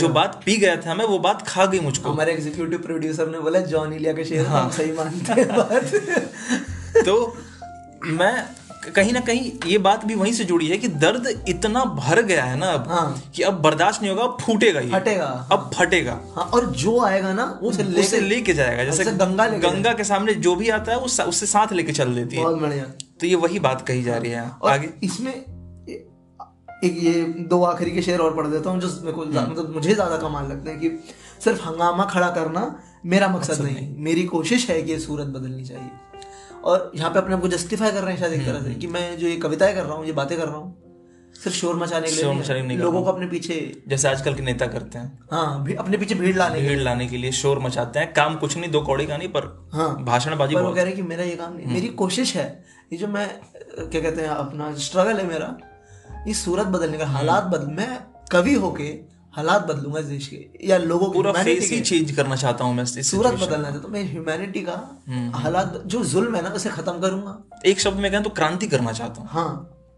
S2: जो बात पी गया था मैं वो बात खा गई मुझको
S1: हमारे एग्जीक्यूटिव प्रोड्यूसर ने बोला जॉन इलिया के शेर
S2: हाँ।
S1: हम सही मानते हैं बात
S2: तो मैं कहीं ना कहीं ये बात भी वहीं से जुड़ी है कि दर्द इतना भर गया है ना अब
S1: हाँ।
S2: कि अब बर्दाश्त नहीं होगा अब फूटेगा ये
S1: फटेगा
S2: अब फटेगा
S1: हाँ और जो आएगा ना उसे ले
S2: उसे लेके जाएगा जैसे
S1: अच्छा, गंगा लेके
S2: गंगा के सामने जो भी आता है वो सा- उससे साथ लेके चल देती है
S1: बहुत बढ़िया
S2: तो ये वही बात कही जा रही है
S1: और
S2: आगे
S1: इसमें ए- एक ये दो आखिरी के शेर और पढ़ देता हूँ जो मेरे को
S2: हम्म।
S1: ज्या- मतलब मुझे ज्यादा कमाल लगते हैं कि सिर्फ हंगामा खड़ा करना मेरा मकसद नहीं, मेरी कोशिश है कि ये सूरत बदलनी चाहिए और यहाँ पे अपने आपको जस्टिफाई कर रहे हैं शायद एक
S2: हम्म।
S1: तरह से कि मैं जो ये कविताएं कर रहा हूँ ये बातें कर रहा हूँ सिर्फ शोर मचाने के लिए
S2: शोर
S1: नहीं,
S2: मचाने के लिए नहीं कर
S1: लोगों को अपने पीछे
S2: जैसे आजकल के नेता करते हैं
S1: हाँ भी- अपने पीछे भीड़ लाने के लिए।
S2: भीड़ लाने के लिए शोर मचाते हैं काम कुछ नहीं दो कौड़ी का नहीं पर
S1: हाँ।
S2: भाषणबाजी
S1: पर
S2: बहुत हम्म।
S1: वो कह रहे कि मेरा ये काम नहीं मेरी कोशिश है ये जो मैं अ, क्या कहते हैं अपना स्ट्रगल है मेरा ये सूरत बदलने
S2: हम्म।
S1: का हालात बदल मैं कवि होके हालात बदलूंगा इस देश के या लोगों की
S2: पूरा
S1: humanity
S2: फेस ही
S1: के
S2: चेंज करना चाहता हूँ मैं इस- इस-
S1: सूरत बदलना है तो मैं ह्यूमैनिटी का
S2: हम्म,
S1: हालात जो जुल्म है ना उसे खत्म करूंगा
S2: एक शब्द में कहें तो क्रांति करना चाहता हूँ
S1: हाँ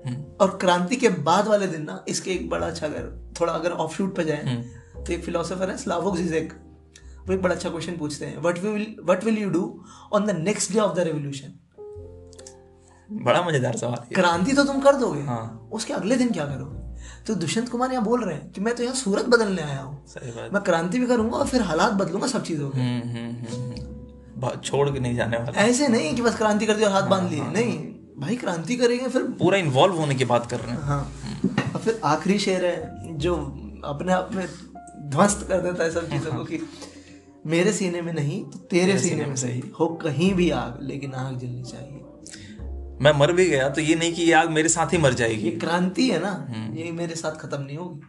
S2: हम्म।
S1: और क्रांति के बाद वाले दिन ना इसके एक बड़ा अच्छा अगर थोड़ा अगर ऑफ शूट पे जाए
S2: हम्म।
S1: तो एक फिलोसोफर है स्लावोक जिजेक वो एक बड़ा अच्छा क्वेश्चन पूछते हैं what will what will you do on the next day of the revolution
S2: बड़ा मजेदार सवाल है
S1: क्रांति तो तुम कर दोगे
S2: हाँ।
S1: उसके अगले दिन क्या करोगे तो दुष्यंत कुमार यहाँ बोल रहे हैं कि मैं तो यहाँ सूरत बदलने आया हूँ
S2: सही बात
S1: मैं क्रांति भी करूंगा और फिर हालात बदलूंगा सब चीजों के
S2: हम्म, हम्म, हम्म। बहुत छोड़ के नहीं जाने वाला
S1: ऐसे नहीं कि बस क्रांति कर दी और हाथ बांध लिए नहीं भाई क्रांति करेंगे फिर
S2: पूरा इन्वॉल्व होने की बात कर रहे हैं
S1: हाँ और फिर आखिरी शेर है जो अपने आप में ध्वस्त कर देता है सब चीजों को कि मेरे सीने में नहीं तो तेरे सीने में सही हो कहीं भी आग लेकिन आग जलनी चाहिए
S2: मैं मर भी गया तो ये नहीं कि ये आग मेरे साथ ही मर जाएगी
S1: ये क्रांति है ना ये मेरे साथ खत्म नहीं होगी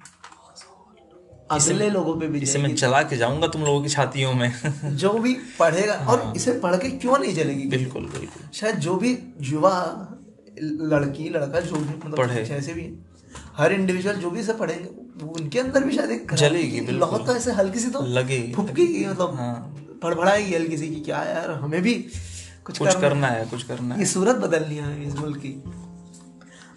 S1: अगले लोगों पे भी
S2: इसे मैं चला के जाऊंगा तुम लोगों की छातियों में
S1: जो भी पढ़ेगा
S2: हाँ।
S1: और इसे पढ़ के क्यों नहीं चलेगी
S2: बिल्कुल बिल्कुल
S1: शायद जो भी युवा लड़की लड़का जो भी मतलब
S2: पढ़े।
S1: जैसे भी है, हर इंडिविजुअल जो भी इसे पढ़ेंगे वो उनके अंदर भी शायद एक क्रांति
S2: जलेगी,
S1: की
S2: बिल्कुल।
S1: लौ तो ऐसे हल्की सी तो
S2: लगेगी, हाँ।
S1: फुपकेगी मतलब फड़फड़ाएगी हल्की सी कि क्या यार हमें भी कुछ
S2: कुछ
S1: करना
S2: करना है कुछ करना है
S1: ये सूरत बदलनी है इस मुल्क की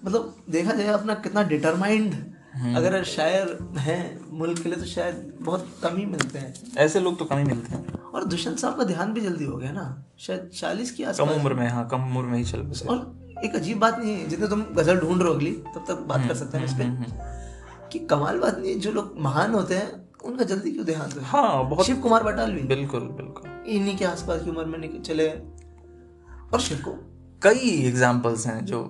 S1: मतलब देखा जाए अपना कितना डिटरमाइंड
S2: हम्म।
S1: अगर शायर हैं मुल्क के लिए तो शायद बहुत कम ही मिलते हैं
S2: ऐसे लोग तो कम ही मिलते हैं
S1: और दुष्यंत साहब का ध्यान भी जल्दी हो गया ना शायद चालीस की
S2: कम
S1: आसपास
S2: उम्र में हाँ कम उम्र में ही चल बसे
S1: और एक अजीब बात नहीं है जितने तुम गजल ढूंढ रहे हो अगली तब तक बात कर सकते हैं इस
S2: हम्म,
S1: पे कि कमाल बात नहीं है जो लोग महान होते हैं उनका जल्दी क्यों देहांत हो
S2: हाँ बहुत
S1: शिव कुमार बटालवी
S2: बिल्कुल बिल्कुल
S1: इन्हीं के आसपास की उम्र में निकल चले और शिव को
S2: कई एग्जाम्पल्स हैं जो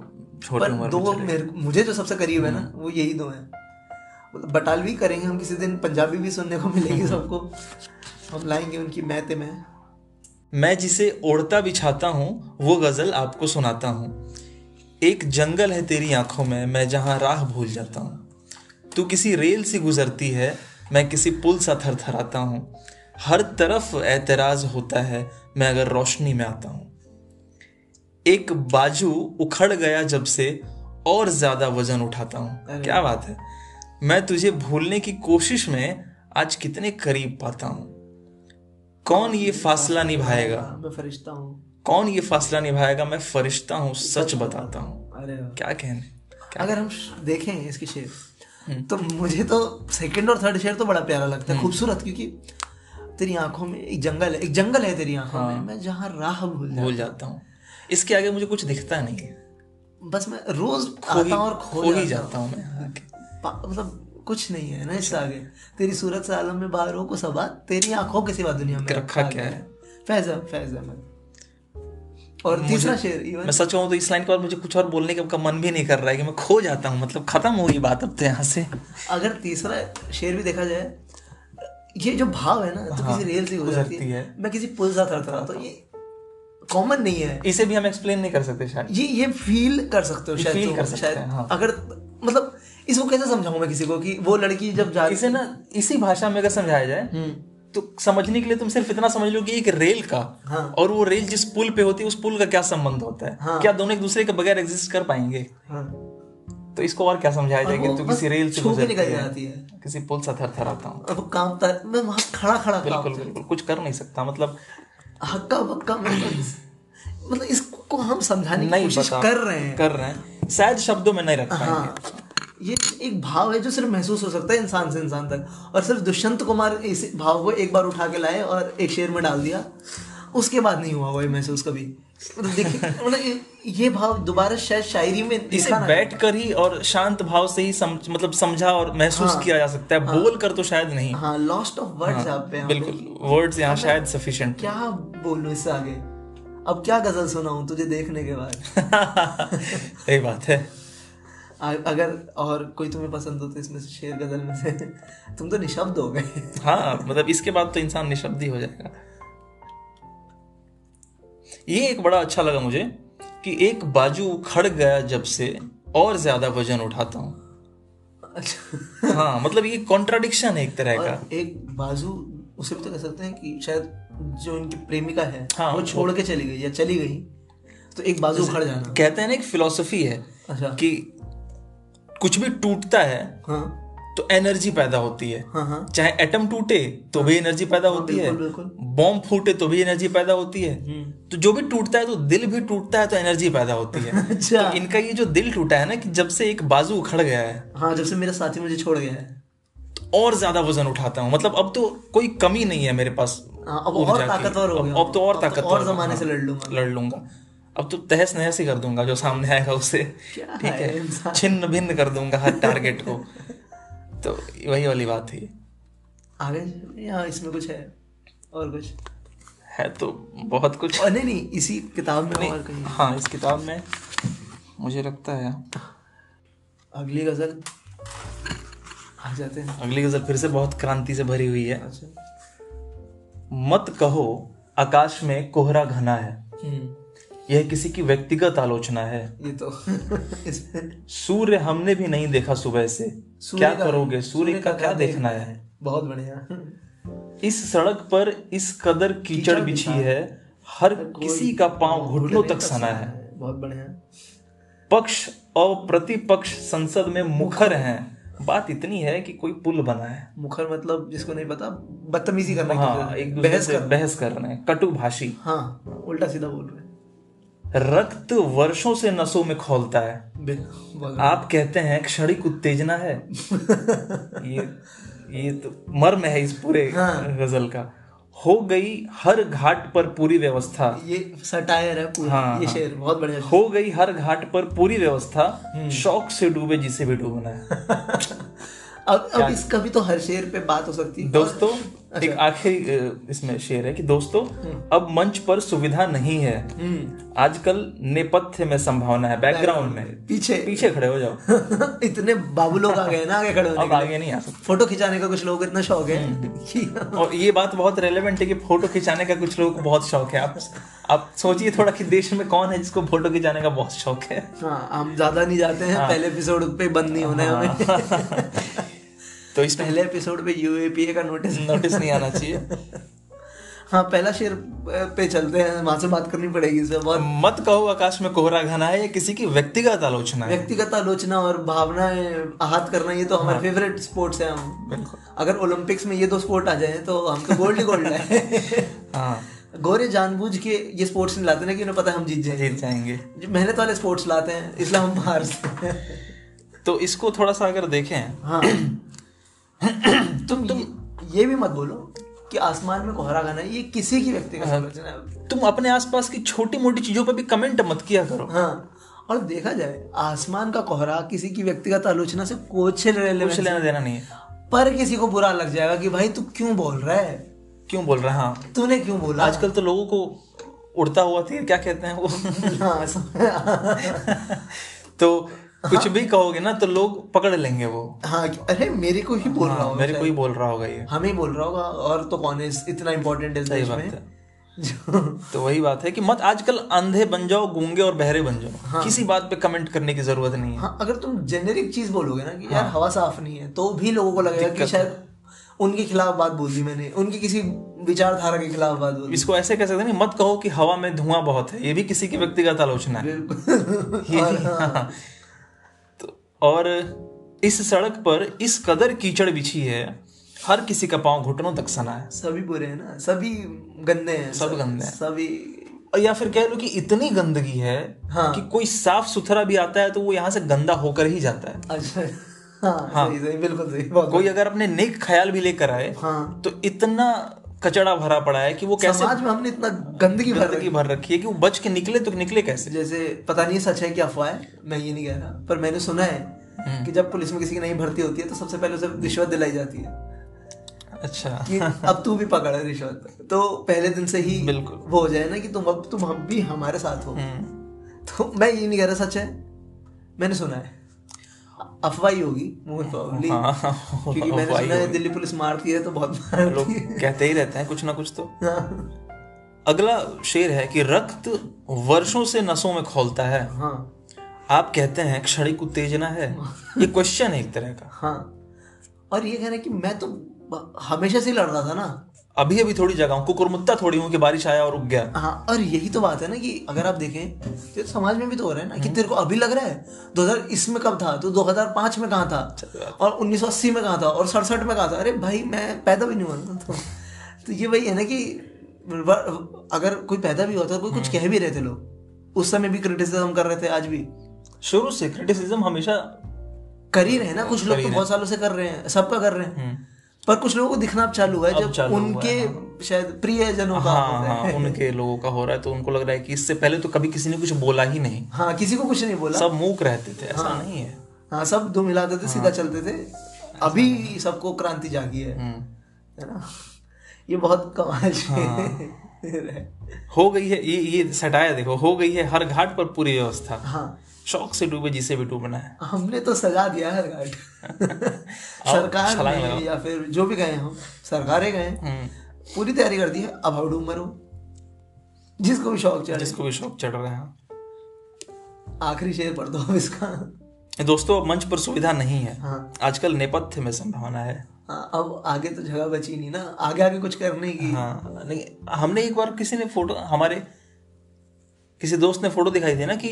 S2: छोटी
S1: पर
S2: उम्र
S1: दो मेरे मुझे जो सबसे करीब है ना
S2: हम्म।
S1: वो यही दो हैं मतलब बटालवी करेंगे हम किसी दिन पंजाबी भी सुनने को मिलेगी सबको हम लाएंगे उनकी मैते में
S2: मैं जिसे ओढ़ता बिछाता हूँ वो गजल आपको सुनाता हूँ एक जंगल है तेरी आंखों में मैं जहाँ राह भूल जाता हूँ तू किसी रेल सी गुजरती है मैं किसी पुल सा थर थराता हूँ हर तरफ एतराज होता है मैं अगर रोशनी में आता हूँ एक बाजू उखड़ गया जब से और ज्यादा वजन उठाता हूँ क्या बात है मैं तुझे भूलने की कोशिश में आज कितने करीब पाता हूँ कौन ये फासला निभाएगा
S1: हाँ, मैं फरिश्ता हूँ
S2: कौन ये फासला निभाएगा मैं फरिश्ता हूँ सच बताता हूँ
S1: अरे वाह।
S2: क्या हम्म। कहने
S1: अगर हम श- देखें इसके शेर तो मुझे तो सेकंड और थर्ड शेर तो बड़ा प्यारा लगता
S2: हम्म।
S1: है खूबसूरत क्योंकि तेरी आंखों में एक जंगल है एक जंगल है तेरी आंखों
S2: हाँ।
S1: में मैं जहाँ राह भूल जाऊं
S2: भूल जाता हूँ इसके आगे मुझे कुछ दिखता नहीं है
S1: बस मैं रोज आता हूँ और खो
S2: खो ही जाता हूँ मैं आगे।
S1: पा- मतलब कुछ नहीं है ना इससे
S2: अच्छा।
S1: आगे तेरी सूरत से आलम में बाहर हो को सबा तेरी आंखों के सिवा दुनिया में
S2: रखा क्या
S1: गया फैज अहमद- फैज अहमद और तीसरा शेर इवन
S2: मैं सच कहूँ तो इस लाइन के बाद मुझे कुछ और बोलने का का मन भी नहीं कर रहा है कि मैं खो जाता हूँ मतलब खत्म होगी बात अब तो यहाँ से
S1: अगर तीसरा शेर भी देखा जाए ये जो भाव है ना तो
S2: हाँ,
S1: किसी रेल से हो
S2: हो
S1: जाती
S2: सकती
S1: है
S2: है।
S1: मैं किसी पुल सा था था तो ये कॉमन नहीं है
S2: इसे भी हम एक्सप्लेन नहीं कर सकते शायद
S1: ये ये फील कर सकते हो
S2: ये
S1: शायद
S2: feel
S1: तुम,
S2: कर सकते
S1: शायद
S2: हैं, हाँ।
S1: अगर मतलब इसको कैसे समझाऊं मैं किसी को कि वो लड़की जब जा
S2: इसे ना इसी भाषा में अगर समझाया जाए
S1: हम्म,
S2: तो समझने के लिए तुम सिर्फ इतना समझ लो कि एक रेल का
S1: हाँ।
S2: और वो रेल जिस पुल पे होती है उस पुल का क्या संबंध होता है
S1: हाँ।
S2: क्या दोनों एक दूसरे के बगैर एग्जिस्ट कर पाएंगे
S1: हाँ।
S2: तो इसको और क्या समझाया
S1: और
S2: जाए कि
S1: वो
S2: तू
S1: बस
S2: तो किसी रेल से
S1: छू के
S2: गुजरती
S1: निकल
S2: है,
S1: जाती है
S2: किसी पुल से थर थराता हूँ
S1: और वो कांपता है। मैं वहां खड़ा खड़ा
S2: बिल्कुल
S1: कांपता
S2: बिल्कुल कुछ कर नहीं सकता मतलब
S1: हूं। हक्का बक्का मतलब मतलब इसको हम समझाने की
S2: नहीं
S1: कोशिश
S2: बता-
S1: कर रहे हैं
S2: कर रहे हैं शायद शब्दों में नहीं रख पाएंगे
S1: हाँ ये एक भाव है जो सिर्फ महसूस हो सकता है इंसान से इंसान तक और सिर्फ दुष्यंत कुमार इस भाव को एक बार उठा के लाए और एक शेर में डाल दिया उसके बाद नहीं हुआ वो ये महसूस कभी मतलब देखिए मतलब ये- ये भाव दोबारा शायद शायरी में
S2: इसे
S1: दिखा ना
S2: बैठ कर ही और शांत भाव से ही सम, मतलब समझा और महसूस
S1: हाँ।
S2: किया जा सकता है बोल कर तो शायद नहीं
S1: हाँ लॉस्ट ऑफ वर्ड्स यहाँ पे हम हाँ,
S2: बिल्कुल वर्ड्स यहाँ शायद सफिशिएंट
S1: क्या बोलूं इससे आगे अब क्या गजल सुनाऊं तुझे देखने के बाद
S2: सही बात है
S1: आ- अगर और कोई तुम्हें पसंद हो तो इसमें से शेर गजल में से तुम तो निशब्द हो गए
S2: हाँ मतलब इसके बाद तो इंसान निशब्द ही हो जाएगा ये एक बड़ा अच्छा लगा मुझे कि एक बाजू खड़ गया जब से और ज्यादा वजन उठाता हूँ
S1: अच्छा
S2: हाँ मतलब ये कॉन्ट्राडिक्शन है एक तरह का
S1: और एक बाजू उसे भी तो कह सकते हैं कि शायद जो इनकी प्रेमिका है
S2: हाँ,
S1: वो
S2: वो-
S1: छोड़ के चली गई या चली गई तो एक बाजू उखड़ जाना
S2: कहते हैं ना एक फिलॉसफी है
S1: अच्छा
S2: कि कुछ भी टूटता है
S1: हाँ
S2: तो एनर्जी पैदा होती है
S1: हाँ हाँ
S2: चाहे एटम टूटे तो भी एनर्जी पैदा होती है
S1: बिल्कुल, हाँ। बिल्कुल।
S2: बॉम्ब फूटे तो भी एनर्जी पैदा होती है
S1: हम्म।
S2: तो जो भी टूटता है तो दिल भी टूटता है तो एनर्जी पैदा होती है
S1: अच्छा।
S2: तो इनका ये जो दिल टूटा है ना कि जब से एक बाजू उखड़ गया है
S1: हाँ जब से मेरा साथी मुझे छोड़ गया है
S2: तो और ज्यादा वजन उठाता हूँ मतलब अब तो कोई कमी नहीं है मेरे पास
S1: हाँ, अब
S2: ऊर्जा
S1: और
S2: की।
S1: ताकतवर हो
S2: अब-
S1: गया
S2: अब तो और ताकतवर
S1: और
S2: हो-
S1: जमाने से
S2: हाँ,
S1: लड़ लूंगा
S2: लड़ लूंगा अब तो तहस नहस ही कर दूंगा जो सामने आएगा उसे
S1: क्या
S2: ठीक
S1: है
S2: है
S1: इंसान?
S2: छिन्न भिन्न कर दूंगा हर टारगेट को तो वही वाली बात है
S1: आगे यहाँ इसमें कुछ है और कुछ
S2: है तो बहुत कुछ
S1: और नहीं नहीं इसी किताब में और कहीं
S2: हाँ इस किताब में मुझे लगता है
S1: अगली गजल आ जाते हैं
S2: अगली गजल फिर से बहुत क्रांति से भरी हुई है
S1: अच्छा
S2: मत कहो आकाश में कोहरा घना है
S1: हम्म
S2: यह किसी की व्यक्तिगत आलोचना है
S1: ये तो इसमें
S2: सूर्य हमने भी नहीं देखा सुबह से
S1: सूर्य
S2: क्या
S1: का-
S2: करोगे सूर्य का क्या देखना है
S1: बहुत बढ़िया
S2: इस सड़क पर इस कदर कीचड़ बिछी है हर किसी का पांव घुटनों तक सना है
S1: बहुत बढ़िया
S2: पक्ष और प्रतिपक्ष संसद में मुखर हैं बात इतनी है कि कोई पुल बना है
S1: मुखर मतलब जिसको नहीं पता बदतमीजी करना
S2: हाँ एक दूसरे
S1: बहस
S2: से
S1: करना
S2: बहस कर रहे हैं कटुभाषी
S1: हाँ उल्टा सीधा बोल रहे हैं
S2: रक्त वर्षों से नसों में खोलता है
S1: बे- बहुत-
S2: आप कहते हैं क्षणिक उत्तेजना है ये ये तो मर्म है इस पूरे गजल का हो गई हर घाट पर पूरी व्यवस्था
S1: ये सटायर है पूरा
S2: हाँ,
S1: ये
S2: हाँ।
S1: शेर बहुत बढ़िया शेर।
S2: हो गई हर घाट पर पूरी व्यवस्था शौक से डूबे जिसे भी डूबना है
S1: अब अब इसका भी तो हर शेर पे बात हो सकती है
S2: दोस्तों एक आखिरी अ, इसमें शेर है कि दोस्तों अब मंच पर सुविधा नहीं है हम्म। आजकल नेपथ्य में संभावना है बैकग्राउंड में
S1: पीछे
S2: पीछे खड़े हो जाओ
S1: इतने बाबू लोग आ गए ना आगे खड़े होने
S2: अब हम्म। आगे नहीं आ सकते
S1: के। फोटो खिंचाने का कुछ लोगों को इतना शौक है कि
S2: और ये बात बहुत रेलेवेंट है कि फोटो खिंचाने का कुछ लोगों को बहुत शौक है आप आप सोचिए थोड़ा कि देश में कौन है जिसको फोटो खिंचाने का बहुत शौक है
S1: हाँ हम ज्यादा नहीं जाते हैं
S2: हाँ।
S1: पहले एपिसोड पे बंद नहीं होना है हमें
S2: तो इसमें
S1: पहले एपिसोड पे यूएपीए का नोटिस
S2: नोटिस नहीं आना चाहिए
S1: हाँ पहला शेर पे चलते हैं वहां से बात करनी पड़ेगी सर बहुत
S2: मत कहो आकाश में कोहरा घना है ये किसी की व्यक्तिगत आलोचना है
S1: व्यक्तिगत आलोचना और भावनाएं आहत करना ये तो हमारे फेवरेट स्पोर्ट्स हैं हम अगर ओलंपिक्स में ये दो स्पोर्ट आ जाए तो हम तो गोल्ड ही गोल्ड है
S2: हाँ
S1: गोरे जानबूझ के ये स्पोर्ट्स नहीं लाते ना कि उन्हें पता है हम जीत जाएंगे
S2: जीत जाएंगे
S1: जो मेहनत वाले स्पोर्ट्स लाते हैं इसलिए हम हारते हैं
S2: तो इसको थोड़ा सा अगर देखें
S1: हाँ तुम तुम ये भी मत बोलो कि आसमान में कोहरा गाना ये किसी की व्यक्तिगत आलोचना है
S2: तुम अपने आसपास की छोटी मोटी चीजों पर भी कमेंट मत किया करो
S1: हाँ और देखा जाए आसमान का कोहरा किसी की व्यक्तिगत आलोचना से कुछ
S2: कुछ
S1: relevance
S2: लेना देना नहीं है
S1: पर किसी को बुरा लग जाएगा कि भाई तू क्यों बोल रहा है
S2: क्यों बोल रहा है हाँ
S1: तूने क्यों बोला
S2: आजकल तो लोगों को उड़ता हुआ तीर क्या कहते हैं वो
S1: हाँ सम-
S2: तो कुछ भी कहोगे ना तो लोग पकड़ लेंगे वो
S1: हाँ कि- अरे मेरे को ही बोल रहा
S2: हाँ,
S1: हूँ
S2: मेरे को ही बोल रहा होगा ये
S1: हमें बोल रहा होगा और तो कौन है इतना इम्पोर्टेंट है इस
S2: सही
S1: देश
S2: बात
S1: में
S2: है।
S1: जो-
S2: तो वही बात है कि मत आजकल अंधे बन जाओ गूंगे और बहरे बन जाओ किसी बात पे कमेंट करने की जरूरत नहीं है
S1: हाँ अगर तुम जेनेरिक चीज बोलोगे ना कि यार हवा साफ नहीं हाँ। है तो भी लोगों को लगेगा कि शायद उनके खिलाफ बात बोल दी मैंने उनकी किसी विचारधारा के खिलाफ बात बोल दी
S2: इसको ऐसे कह सकते हैं मत कहो कि हवा में धुआं बहुत है ये भी किसी की व्यक्तिगत आलोचना है
S1: बिल्कुल और हाँ,
S2: हाँ। तो और इस सड़क पर इस कदर कीचड़ बिछी है हर किसी का पांव घुटनों तक सना है
S1: सभी बुरे हैं ना सभी गंदे हैं
S2: सब गंदे हैं।
S1: सभी
S2: और या फिर कह लो कि इतनी गंदगी है
S1: हाँ।
S2: कि कोई साफ सुथरा भी आता है तो वो यहाँ से गंदा होकर ही जाता है
S1: अच्छा हाँ, सही सही बिल्कुल सही बहुत
S2: कोई अगर अपने नेक ख्याल भी लेकर आए
S1: हाँ
S2: तो इतना कचड़ा भरा पड़ा है कि वो कैसे
S1: समाज में हमने इतना गंदगी भर
S2: गंदगी भर रखी है कि वो बच के निकले तो निकले कैसे
S1: जैसे पता नहीं सच है कि अफवाह है मैं ये नहीं कह रहा पर मैंने सुना है कि जब पुलिस में किसी की नई भर्ती होती है तो सबसे पहले उसे रिश्वत दिलाई जाती है
S2: अच्छा
S1: कि अब तू भी पकड़ है रिश्वत तो पहले दिन से ही
S2: बिल्कुल।
S1: वो हो जाए ना कि तुम अब तुम हम भी हमारे साथ हो
S2: हम्म।
S1: तो मैं ये नहीं कह रहा सच है मैंने सुना है अफवाह ही होगी मोस्ट प्रोबेबली
S2: हाँ,
S1: क्योंकि मैंने
S2: अफवाह ही
S1: सुना है दिल्ली पुलिस मारती है तो बहुत मारती
S2: लोग
S1: है
S2: कहते ही रहते हैं कुछ ना कुछ तो
S1: हाँ,
S2: अगला शेर है कि रक्त वर्षों से नसों में खौलता है
S1: हाँ
S2: आप कहते हैं क्षणिक उत्तेजना है ये क्वेश्चन है एक तरह का
S1: हाँ और ये कहना कि मैं तो ब- हमेशा से ही लड़ रहा था ना
S2: अभी अभी थोड़ी जगह हूँ कुकुरमुत्ता थोड़ी हूँ कि बारिश आया और रुक गया
S1: हाँ और यही तो बात है ना कि अगर आप देखें तो ये समाज में भी तो हो रहा है ना कि तेरे को अभी लग रहा है 2020 में कब था तो 2005 में कहाँ
S2: सही
S1: था
S2: बात।
S1: और 1980 में कहाँ था और सड़सठ में कहाँ था अरे भाई मैं पैदा भी नहीं हुआ ना तो, तो ये वही है ना कि व- अगर कोई पैदा भी होता कोई कुछ कह भी रहे थे लोग उस समय भी क्रिटिसिज्म कर रहे थे आज भी
S2: शुरू से क्रिटिसिज्म हमेशा
S1: कर ही रहे हैं ना कुछ लोग तो बहुत सालों से कर रहे हैं सबका कर रहे हैं पर कुछ लोगों को दिखना अब चालू हुआ है
S2: हम्म। अब चालू
S1: जब
S2: हुआ है,
S1: उनके शायद प्रियजनों का
S2: हाँ
S1: होता
S2: हाँ
S1: है
S2: उनके लोगों का हो रहा है तो उनको लग रहा है कि इससे पहले तो कभी किसी ने कुछ बोला ही नहीं
S1: हाँ किसी को कुछ नहीं बोला
S2: सब मूक रहते थे ऐसा नहीं है
S1: हाँ सब दो मिलाते थे
S2: हाँ।
S1: सीधा चलते थे अभी सबको क्रांति जागी है
S2: हम्म।
S1: है ना ये बहुत कमाल शेर है
S2: हो गई है ये ये सटाया देखो हो गई है हर घाट पर पूरी व्यवस्था
S1: हाँ
S2: शौक से डूबे जिसे भी डूबना है
S1: हमने तो सजा दिया है हर घाट सरकार
S2: छलांग
S1: ने
S2: लगाओ।
S1: या फिर जो भी गए हम सरकारें गए हैं,
S2: हम्म,
S1: पूरी तैयारी कर दी है अब हड़ू मरो जिसको भी शौक चढ़े
S2: जिसको भी शौक चढ़ रहा है
S1: आखिरी शेर पढ़ दो अब इसका
S2: दोस्तों अब मंच पर सुविधा नहीं है
S1: हाँ
S2: आजकल नेपथ्य में संभावना है
S1: हाँ, अब आगे तो जगह बची नहीं ना आगे आगे कुछ करने की
S2: हाँ नहीं हमने एक बार किसी ने फोटो हमारे किसी दोस्त ने फोटो दिखाई थी ना कि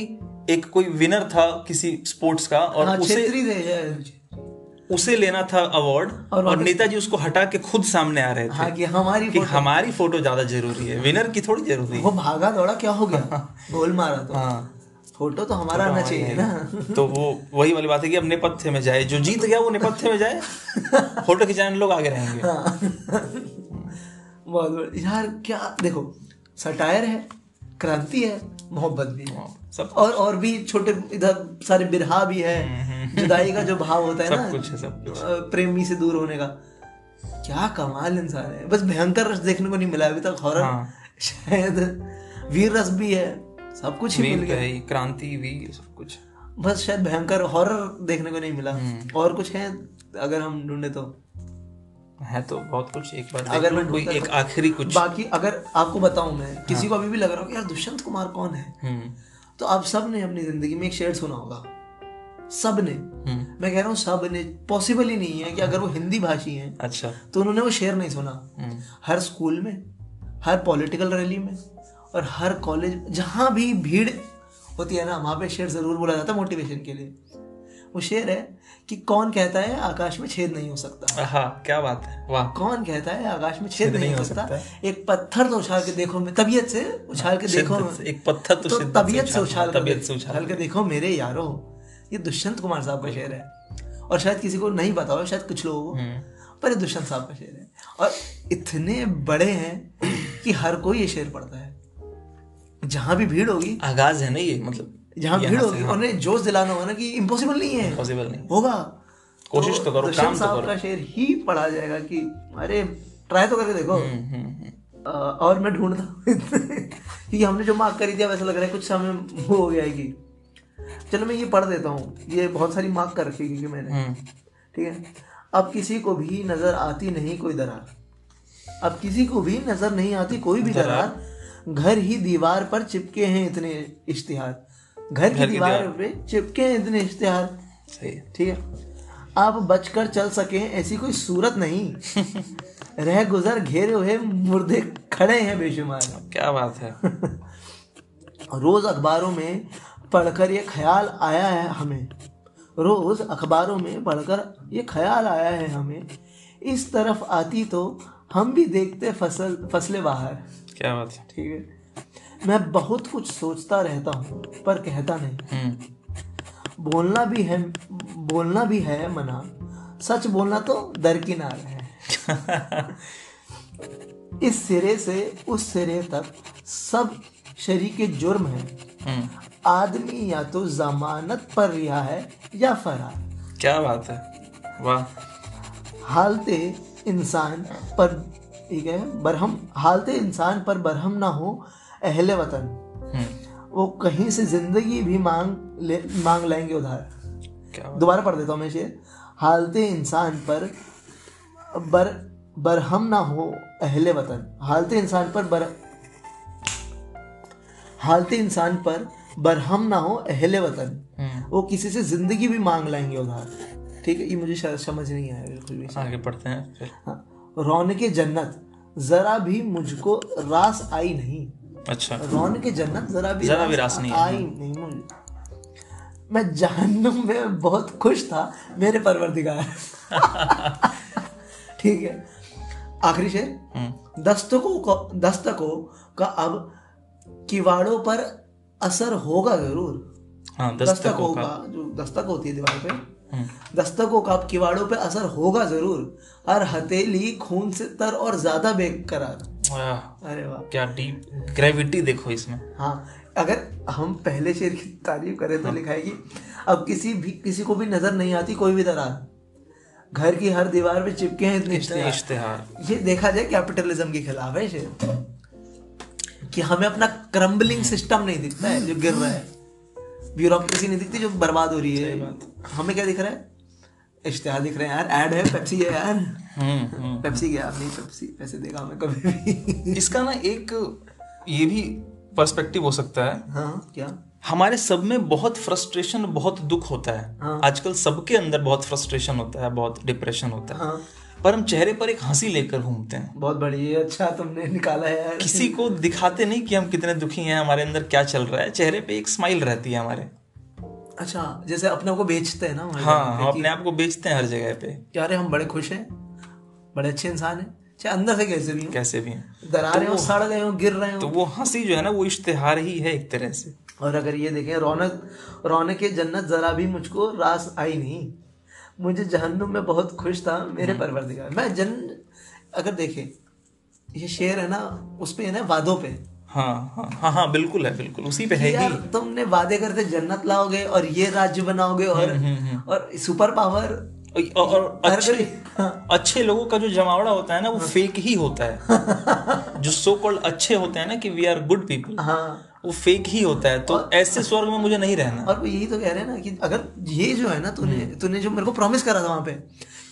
S2: एक कोई विनर था किसी स्पोर्ट्स का और
S1: हाँ
S2: उसे अच्छा।
S1: क्षेत्री थे यार।
S2: उसे लेना था अवार्ड
S1: और
S2: और, नेताजी उसको हटा के खुद सामने आ रहे थे
S1: हाँ कि हमारी
S2: कि
S1: फोटो-
S2: हमारी फोटो ज्यादा जरूरी है विनर की थोड़ी जरूरी है
S1: वो भागा दौड़ा क्या हो गया गोल मारा तो
S2: हाँ
S1: फोटो तो हमारा आना चाहिए ना
S2: तो वो वही वाली बात है कि अब नेपथ्य में जाए जो जीत गया वो नेपथ्य में जाए फोटो खिंचाने लोग आगे रहेंगे
S1: हाँ। बहुत बढ़िया। यार क्या देखो सटायर है क्रांति है मोहब्बत भी है
S2: सब
S1: और और भी छोटे इधर सारे बिरहा भी है जुदाई का जो भाव होता है
S2: हम्म। सब
S1: ना
S2: कुछ है, सब
S1: अ, प्रेमी से दूर होने का क्या कमाल इंसान है बस भयंकर रस देखने को नहीं मिला अभी तक हॉरर
S2: हाँ।
S1: शायद वीर रस भी है सब कुछ ही मिल
S2: वीर
S1: गया
S2: गई क्रांति भी सब कुछ
S1: बस शायद भयंकर हॉरर देखने को नहीं मिला
S2: हम्म।
S1: और कुछ है अगर हम ढूंढे तो
S2: है तो बहुत कुछ एक बार
S1: अगर
S2: अगर
S1: मैं तो-
S2: कोई एक आखिरी कुछ हाँ।
S1: बाकी अगर आपको बताऊं मैं किसी को अभी भी लग रहा हो कि यार दुष्यंत कुमार कौन है
S2: हम्म
S1: तो आप सब ने अपनी जिंदगी में एक शेर सुना होगा सब ने
S2: हम्म
S1: मैं कह रहा हूँ सब ने पॉसिबल ही नहीं है कि अगर वो हिंदी भाषी हैं
S2: अच्छा
S1: तो उन्होंने वो शेर नहीं सुना
S2: हम्म
S1: हर स्कूल में हर पॉलिटिकल रैली में और हर कॉलेज जहाँ भी भीड़ होती है ना वहाँ पे शेर ज़रूर बोला जाता है मोटिवेशन के लिए वो शेर है कि कौन कहता है आकाश में छेद नहीं हो सकता
S2: हाँ क्या बात है वाह
S1: कौन कहता है आकाश में छेद नहीं हो सकता एक पत्थर तो उछाल के देखो मैं तबीयत से उछाल के देखो
S2: शिद्दत से, एक पत्थर तो
S1: तो
S2: शिद्दत से
S1: तबीयत से
S2: उछाल-
S1: उछाल
S2: तबीयत
S1: के
S2: से उछाल
S1: उछाल के देखो मेरे यारो ये दुष्यंत कुमार साहब का शेर है और शायद किसी को नहीं पता हो शायद कुछ लोगों
S2: हम्म।
S1: को पर ये दुष्यंत साहब का शेर है और इतने बड़े हैं कि हर कोई ये शेर पढ़ता है जहाँ भी भीड़ होगी
S2: आगाज है ना ये मतलब
S1: जहाँ भीड़ होगी उन्हें जोश दिलाना होगा ना कि इम्पॉसिबल नहीं है
S2: पॉसिबल नहीं
S1: होगा
S2: कोशिश तो करो,
S1: दुष्यंत
S2: काम तो
S1: साहब का शेर ही पढ़ा जाएगा कि अरे ट्राई तो करके देखो
S2: हम्म, हम्म, हम्म।
S1: अ, और मैं ढूंढता हूँ क्योंकि हमने जो मार्क करी दिया वैसा लग रहा है कुछ समय वो हो गया है कि चलो मैं ये पढ़ देता हूँ ये बहुत सारी मार्क कर रखी है क्योंकि
S2: हम्म।
S1: मैंने ठीक है अब किसी को भी नजर आती नहीं कोई दरार अब किसी को भी नजर नहीं आती कोई भी दरार घर ही दीवार पर चिपके हैं इतने इश्तिहार घर की दीवार पे चिपके हैं इतने इश्तिहार
S2: सही है
S1: ठीक है आप बचकर चल सके ऐसी कोई सूरत नहीं रह गुजर घेरे हुए मुर्दे खड़े हैं बेशुमार
S2: क्या बात है
S1: रोज अखबारों में पढ़कर ये ख्याल आया है हमें रोज अखबारों में पढ़कर ये ख्याल आया है हमें इस तरफ आती तो हम भी देखते फसल फसले बाहर
S2: क्या बात है
S1: ठीक है मैं बहुत कुछ सोचता रहता हूँ पर कहता नहीं
S2: हम्म,
S1: बोलना भी है बोलना भी है मना सच बोलना तो दरकिनार है इस सिरे से उस सिरे तक सब शरीके जुर्म है
S2: हम्म,
S1: आदमी या तो जमानत पर रिहा है या फरार
S2: क्या बात है वाह
S1: हालते इंसान पर ठीक है बरहम हालते इंसान पर बरहम ना हो अहले वतन
S2: हम्म,
S1: वो कहीं से जिंदगी भी मांग ले मांग लेंगे उधार
S2: क्या
S1: दोबारा पढ़ देता हूँ मैं शेर हालते इंसान पर बर बरहम ना हो अहले वतन हालते इंसान पर बर हालते इंसान पर बरहम ना हो अहले वतन
S2: हम्म,
S1: वो किसी से जिंदगी भी मांग लाएंगे उधार ठीक है ये मुझे शायद समझ नहीं आया बिल्कुल भी
S2: आगे पढ़ते हैं फिर
S1: हाँ रौनक जन्नत जरा भी मुझको रास आई नहीं
S2: अच्छा
S1: रौन के जन्नत जरा भी
S2: जरा भी रास नहीं है।
S1: आई नहीं मुझे मैं जहन्नुम में बहुत खुश था मेरे परवरदिगार ठीक है आखिरी शेर
S2: हम्म,
S1: दस्तकों को दस्तकों का अब किवाड़ों पर असर होगा जरूर
S2: हाँ दस्तकों का
S1: का जो दस्तक होती है दीवार पे
S2: हम्म,
S1: दस्तकों का अब किवाड़ों पे असर होगा जरूर हर हथेली खून से तर और ज्यादा बेकरार
S2: वाह
S1: अरे वाह
S2: क्या डीप ग्रेविटी देखो इसमें
S1: हाँ अगर हम पहले शेर की तारीफ करें तो लिखा है कि अब किसी भी किसी को भी नजर नहीं आती कोई भी दरार घर की हर दीवार पे चिपके हैं इतने
S2: इतने
S1: इश्तेहार
S2: इश्तेहार
S1: ये देखा जाए कैपिटलिज्म के खिलाफ है शेर कि हमें अपना क्रम्बलिंग सिस्टम नहीं दिखता है जो गिर रहा है ब्यूरोक्रेसी नहीं दिखती जो बर्बाद हो रही है हमें क्या दिख रहा है इश्तेहार दिख रहे हैं यार ऐड है पेप्सी है यार
S2: हम्म, हम्म।
S1: पेप्सी गया आपने पेप्सी पैसे देगा हमें कभी भी
S2: इसका ना एक ये भी पर्सपेक्टिव हो सकता है
S1: हाँ क्या
S2: हमारे सब में बहुत फ्रस्ट्रेशन बहुत दुख होता है
S1: हाँ।
S2: आजकल सबके अंदर बहुत फ्रस्ट्रेशन होता है बहुत डिप्रेशन होता है
S1: हाँ
S2: पर हम चेहरे पर एक हंसी लेकर घूमते हैं
S1: बहुत बढ़िया अच्छा तुमने निकाला है यार
S2: किसी को दिखाते नहीं कि हम कितने दुखी हैं हमारे अंदर क्या चल रहा है चेहरे पे एक स्माइल रहती है हमारे
S1: अच्छा जैसे अपने को बेचते हैं ना हमारे
S2: हाँ
S1: यहाँ पे
S2: हम अपने आप को बेचते हैं हर जगह पे
S1: कि अरे हम बड़े खुश हैं बड़े अच्छे इंसान हैं चाहे अंदर से कैसे भी हों
S2: कैसे भी हैं।
S1: दरारें हो सड़ गए हो गिर रहे हो
S2: तो वो हंसी जो है ना वो इश्तेहार ही है एक तरह से
S1: और अगर ये देखें रौनक रौनक के जन्नत जरा भी मुझको रास आई नहीं मुझे जहन्नुम में बहुत खुश था मेरे परवरदिगार मैं जन अगर देखें ये शेर है ना उस पे है ना वादों पे
S2: हाँ हाँ हाँ हाँ बिल्कुल है बिल्कुल उसी पे है ही
S1: यार तुमने वादे करते जन्नत लाओगे और ये राज्य बनाओगे और और सुपर पावर
S2: और- और
S1: हर
S2: अच्छे
S1: कोई- हाँ।
S2: अच्छे लोगों का जो जमावड़ा होता है ना वो फेक ही होता है जो सो कॉल्ड अच्छे होते हैं ना कि वी आर गुड पीपल
S1: हाँ
S2: वो फेक ही होता है तो ऐसे स्वर्ग में मुझे नहीं रहना
S1: और वो यही तो कह रहे हैं ना कि अगर ये जो है ना तूने तूने जो मेरे को प्रॉमिस करा था वहां पे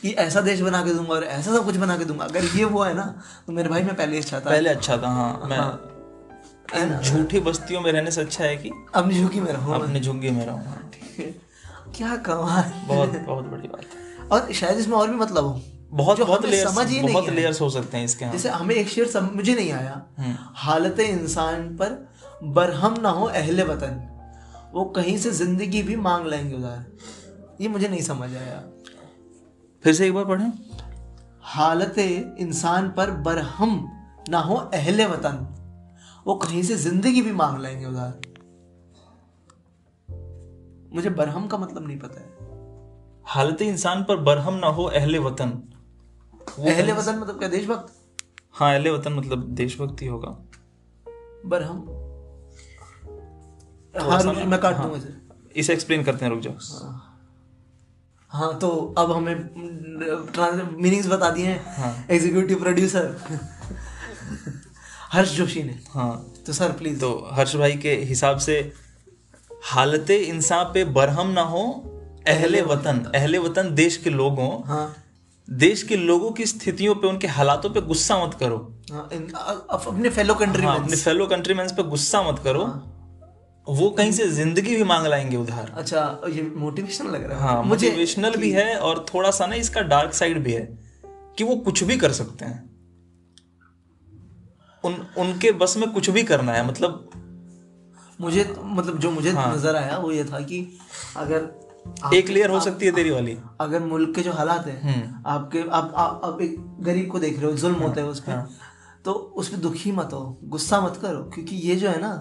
S1: कि ऐसा देश बना के दूंगा और ऐसा सब कुछ बना के दूंगा अगर ये वो है ना तो मेरे भाई मैं पहले ही चाहता
S2: पहले अच्छा था हाँ मैं इन झूठी बस्तियों में रहने से अच्छा है कि
S1: अब झुकी में रहूं
S2: अपने झुग्गे में रहूँ हाँ, ठीक।
S1: क्या कमाल
S2: बहुत बहुत बड़ी बात है
S1: और शायद इसमें और भी मतलब हो
S2: बहुत
S1: जो
S2: बहुत
S1: हमें
S2: लेयर्स
S1: समझ ही नहीं
S2: बहुत
S1: आया।
S2: लेयर्स हो सकते हैं इसके हाँ।
S1: जैसे हमें एक शेर सम, मुझे नहीं आया हालत इंसान पर बरहम ना हो अहले वतन वो कहीं से जिंदगी भी मांग लेंगे उधार ये मुझे नहीं समझ आया
S2: फिर से एक बार पढ़ें
S1: हालत इंसान पर बरहम ना हो अहले वतन वो कहीं से जिंदगी भी मांग लेंगे उधार मुझे बरहम का मतलब नहीं पता है
S2: हालत इंसान पर बरहम ना हो अहले वतन
S1: अहले वतन मतलब क्या देशभक्त
S2: हाँ अहले वतन मतलब देशभक्ति होगा
S1: बरहम हाँ रुक जाओ, मैं काट दूंगा इसे
S2: इसे एक्सप्लेन करते हैं रुक जाओ
S1: हाँ तो अब हमें मीनिंग्स बता दिए हैं एग्जीक्यूटिव प्रोड्यूसर हर्ष जोशी ने
S2: हाँ
S1: तो सर प्लीज
S2: तो हर्ष भाई के हिसाब से हालत इंसान पे बरहम ना हो अहले वतन अहले वतन देश के लोगों
S1: हाँ
S2: देश के लोगों की स्थितियों पे उनके हालातों पे गुस्सा मत करो
S1: हाँ, इन- अ- अ- अपने फेलो कंट्री
S2: हाँ, अपने फेलो कंट्रीमैन्स पे गुस्सा मत करो वो कहीं से जिंदगी भी मांग लाएंगे उधार
S1: अच्छा ये मोटिवेशनल लग रहा है
S2: हाँ मोटिवेशनल भी है और थोड़ा सा ना इसका डार्क साइड भी है कि वो कुछ भी कर सकते हैं उन उनके बस में कुछ भी करना है मतलब
S1: मुझे तो- मतलब जो मुझे
S2: हाँ।
S1: नजर आया वो ये था कि अगर आप-
S2: एक लेयर हो सकती है तेरी वाली
S1: अगर मुल्क के जो हालात है
S2: हम्म।
S1: आपके आप आप आप एक गरीब को देख रहे हो जुल्म
S2: हाँ।
S1: होता है उस पर तो उस पर दुखी मत हो गुस्सा मत करो क्योंकि ये जो है ना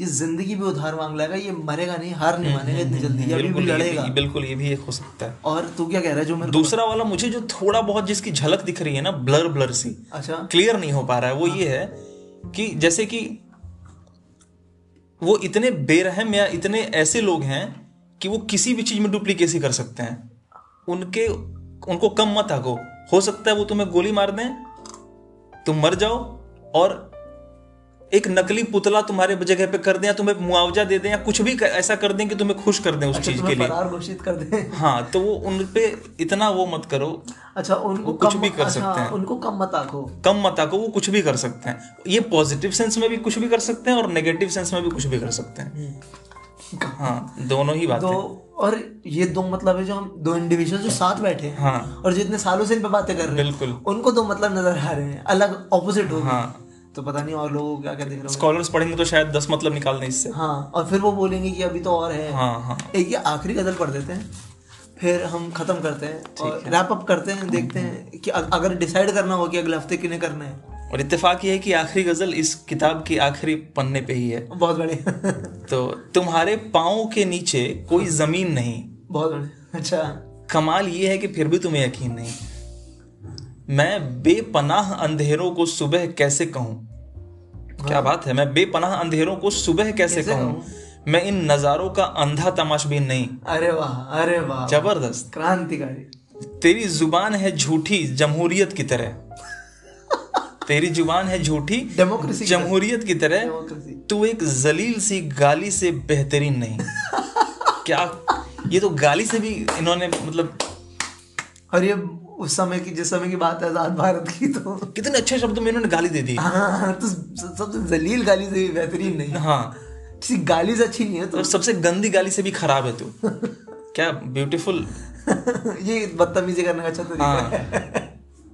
S1: ये जिंदगी भी उधार मांग लेगा ये मरेगा नहीं हार नहीं मानेगा इतनी जल्दी ये अभी भी
S2: हम्म, बिल्कुल ये
S1: लड़ेगा
S2: भी- बिल्कुल ये भी एक हो सकता है
S1: और तू क्या कह रहा है जो मेरे
S2: दूसरा वाला मुझे जो थोड़ा बहुत जिसकी झलक दिख रही है ना ब्लर ब्लर सी
S1: अच्छा
S2: क्लियर नहीं हो पा रहा है वो ये है कि जैसे कि वो इतने बेरहम या इतने ऐसे लोग हैं कि वो किसी भी चीज में डुप्लीकेसी कर सकते हैं उनके उनको कम मत आको हो सकता है वो तुम्हें गोली मार दें तुम मर जाओ और एक नकली पुतला तुम्हारे जगह पे कर दें या तुम्हें मुआवजा दे दें या कुछ भी ऐसा कर दें कि तुम्हें खुश कर दें उस चीज
S1: अच्छा,
S2: के
S1: तुम्हें
S2: लिए
S1: फरार घोषित कर दे
S2: हाँ तो वो उन पे इतना वो मत करो
S1: अच्छा उनको
S2: कुछ
S1: कम
S2: भी कर
S1: अच्छा,
S2: सकते हैं।
S1: उनको कम मत आंको
S2: कम मत आको वो कुछ भी कर सकते हैं ये पॉजिटिव सेंस में भी कुछ भी कर सकते हैं और नेगेटिव सेंस में भी कुछ भी कर सकते हैं हाँ दोनों ही बात
S1: तो और ये दो मतलब है जो हम दो इंडिविजुअल जो साथ बैठे हैं
S2: हाँ
S1: और जितने सालों से इन पे बातें कर रहे हैं
S2: बिल्कुल
S1: उनको दो मतलब नजर आ रहे हैं अलग ऑपोजिट हो गए।
S2: हाँ
S1: तो पता नहीं और लोगों को क्या क्या देख रहे हो
S2: स्कॉलर्स पढ़ेंगे तो शायद दस मतलब निकाल दें इससे
S1: हाँ और फिर वो बोलेंगे कि अभी तो और है
S2: हाँ हाँ
S1: एक ये आखिरी गजल पढ़ देते हैं फिर हम खत्म करते हैं और रैप अप करते हैं देखते हैं कि अ- अगर डिसाइड करना हो कि अगले हफ्ते किन्हें करना है
S2: और इत्तेफाक ये है कि आखिरी गजल इस किताब के आखिरी पन्ने पे ही है
S1: बहुत बढ़िया
S2: तो तुम्हारे पाँव के नीचे कोई जमीन नहीं
S1: बहुत बढ़िया अच्छा
S2: कमाल ये है कि फिर भी तुम्हें यकीन नहीं मैं बेपनाह अंधेरों को सुबह कैसे कहूं क्या बात है मैं बेपनाह अंधेरों को सुबह हाँ। कैसे कहूं मैं इन नजारों का अंधा तमाशबीन नहीं
S1: अरे वाह अरे वाह
S2: जबरदस्त
S1: क्रांतिकारी
S2: तेरी जुबान है झूठी जमहूरियत की तरह तेरी जुबान है झूठी
S1: डेमोक्रेसी की
S2: जमहूरियत की तरह
S1: डेमोक्रेसी
S2: तू एक जलील सी गाली से बेहतरीन नहीं क्या ये तो गाली से भी इन्होंने मतलब
S1: और ये उस समय की जिस समय की बात है आजाद भारत की तो
S2: कितने अच्छे शब्दों में इन्होंने गाली दे दी
S1: हाँ तो सबसे जलील गाली से भी बेहतरीन नहीं
S2: हाँ
S1: किसी गाली से अच्छी नहीं है
S2: तो सबसे गंदी गाली से भी खराब है तू क्या ब्यूटीफुल
S1: तो ये बदतमीजी करने का अच्छा तरीका
S2: हाँ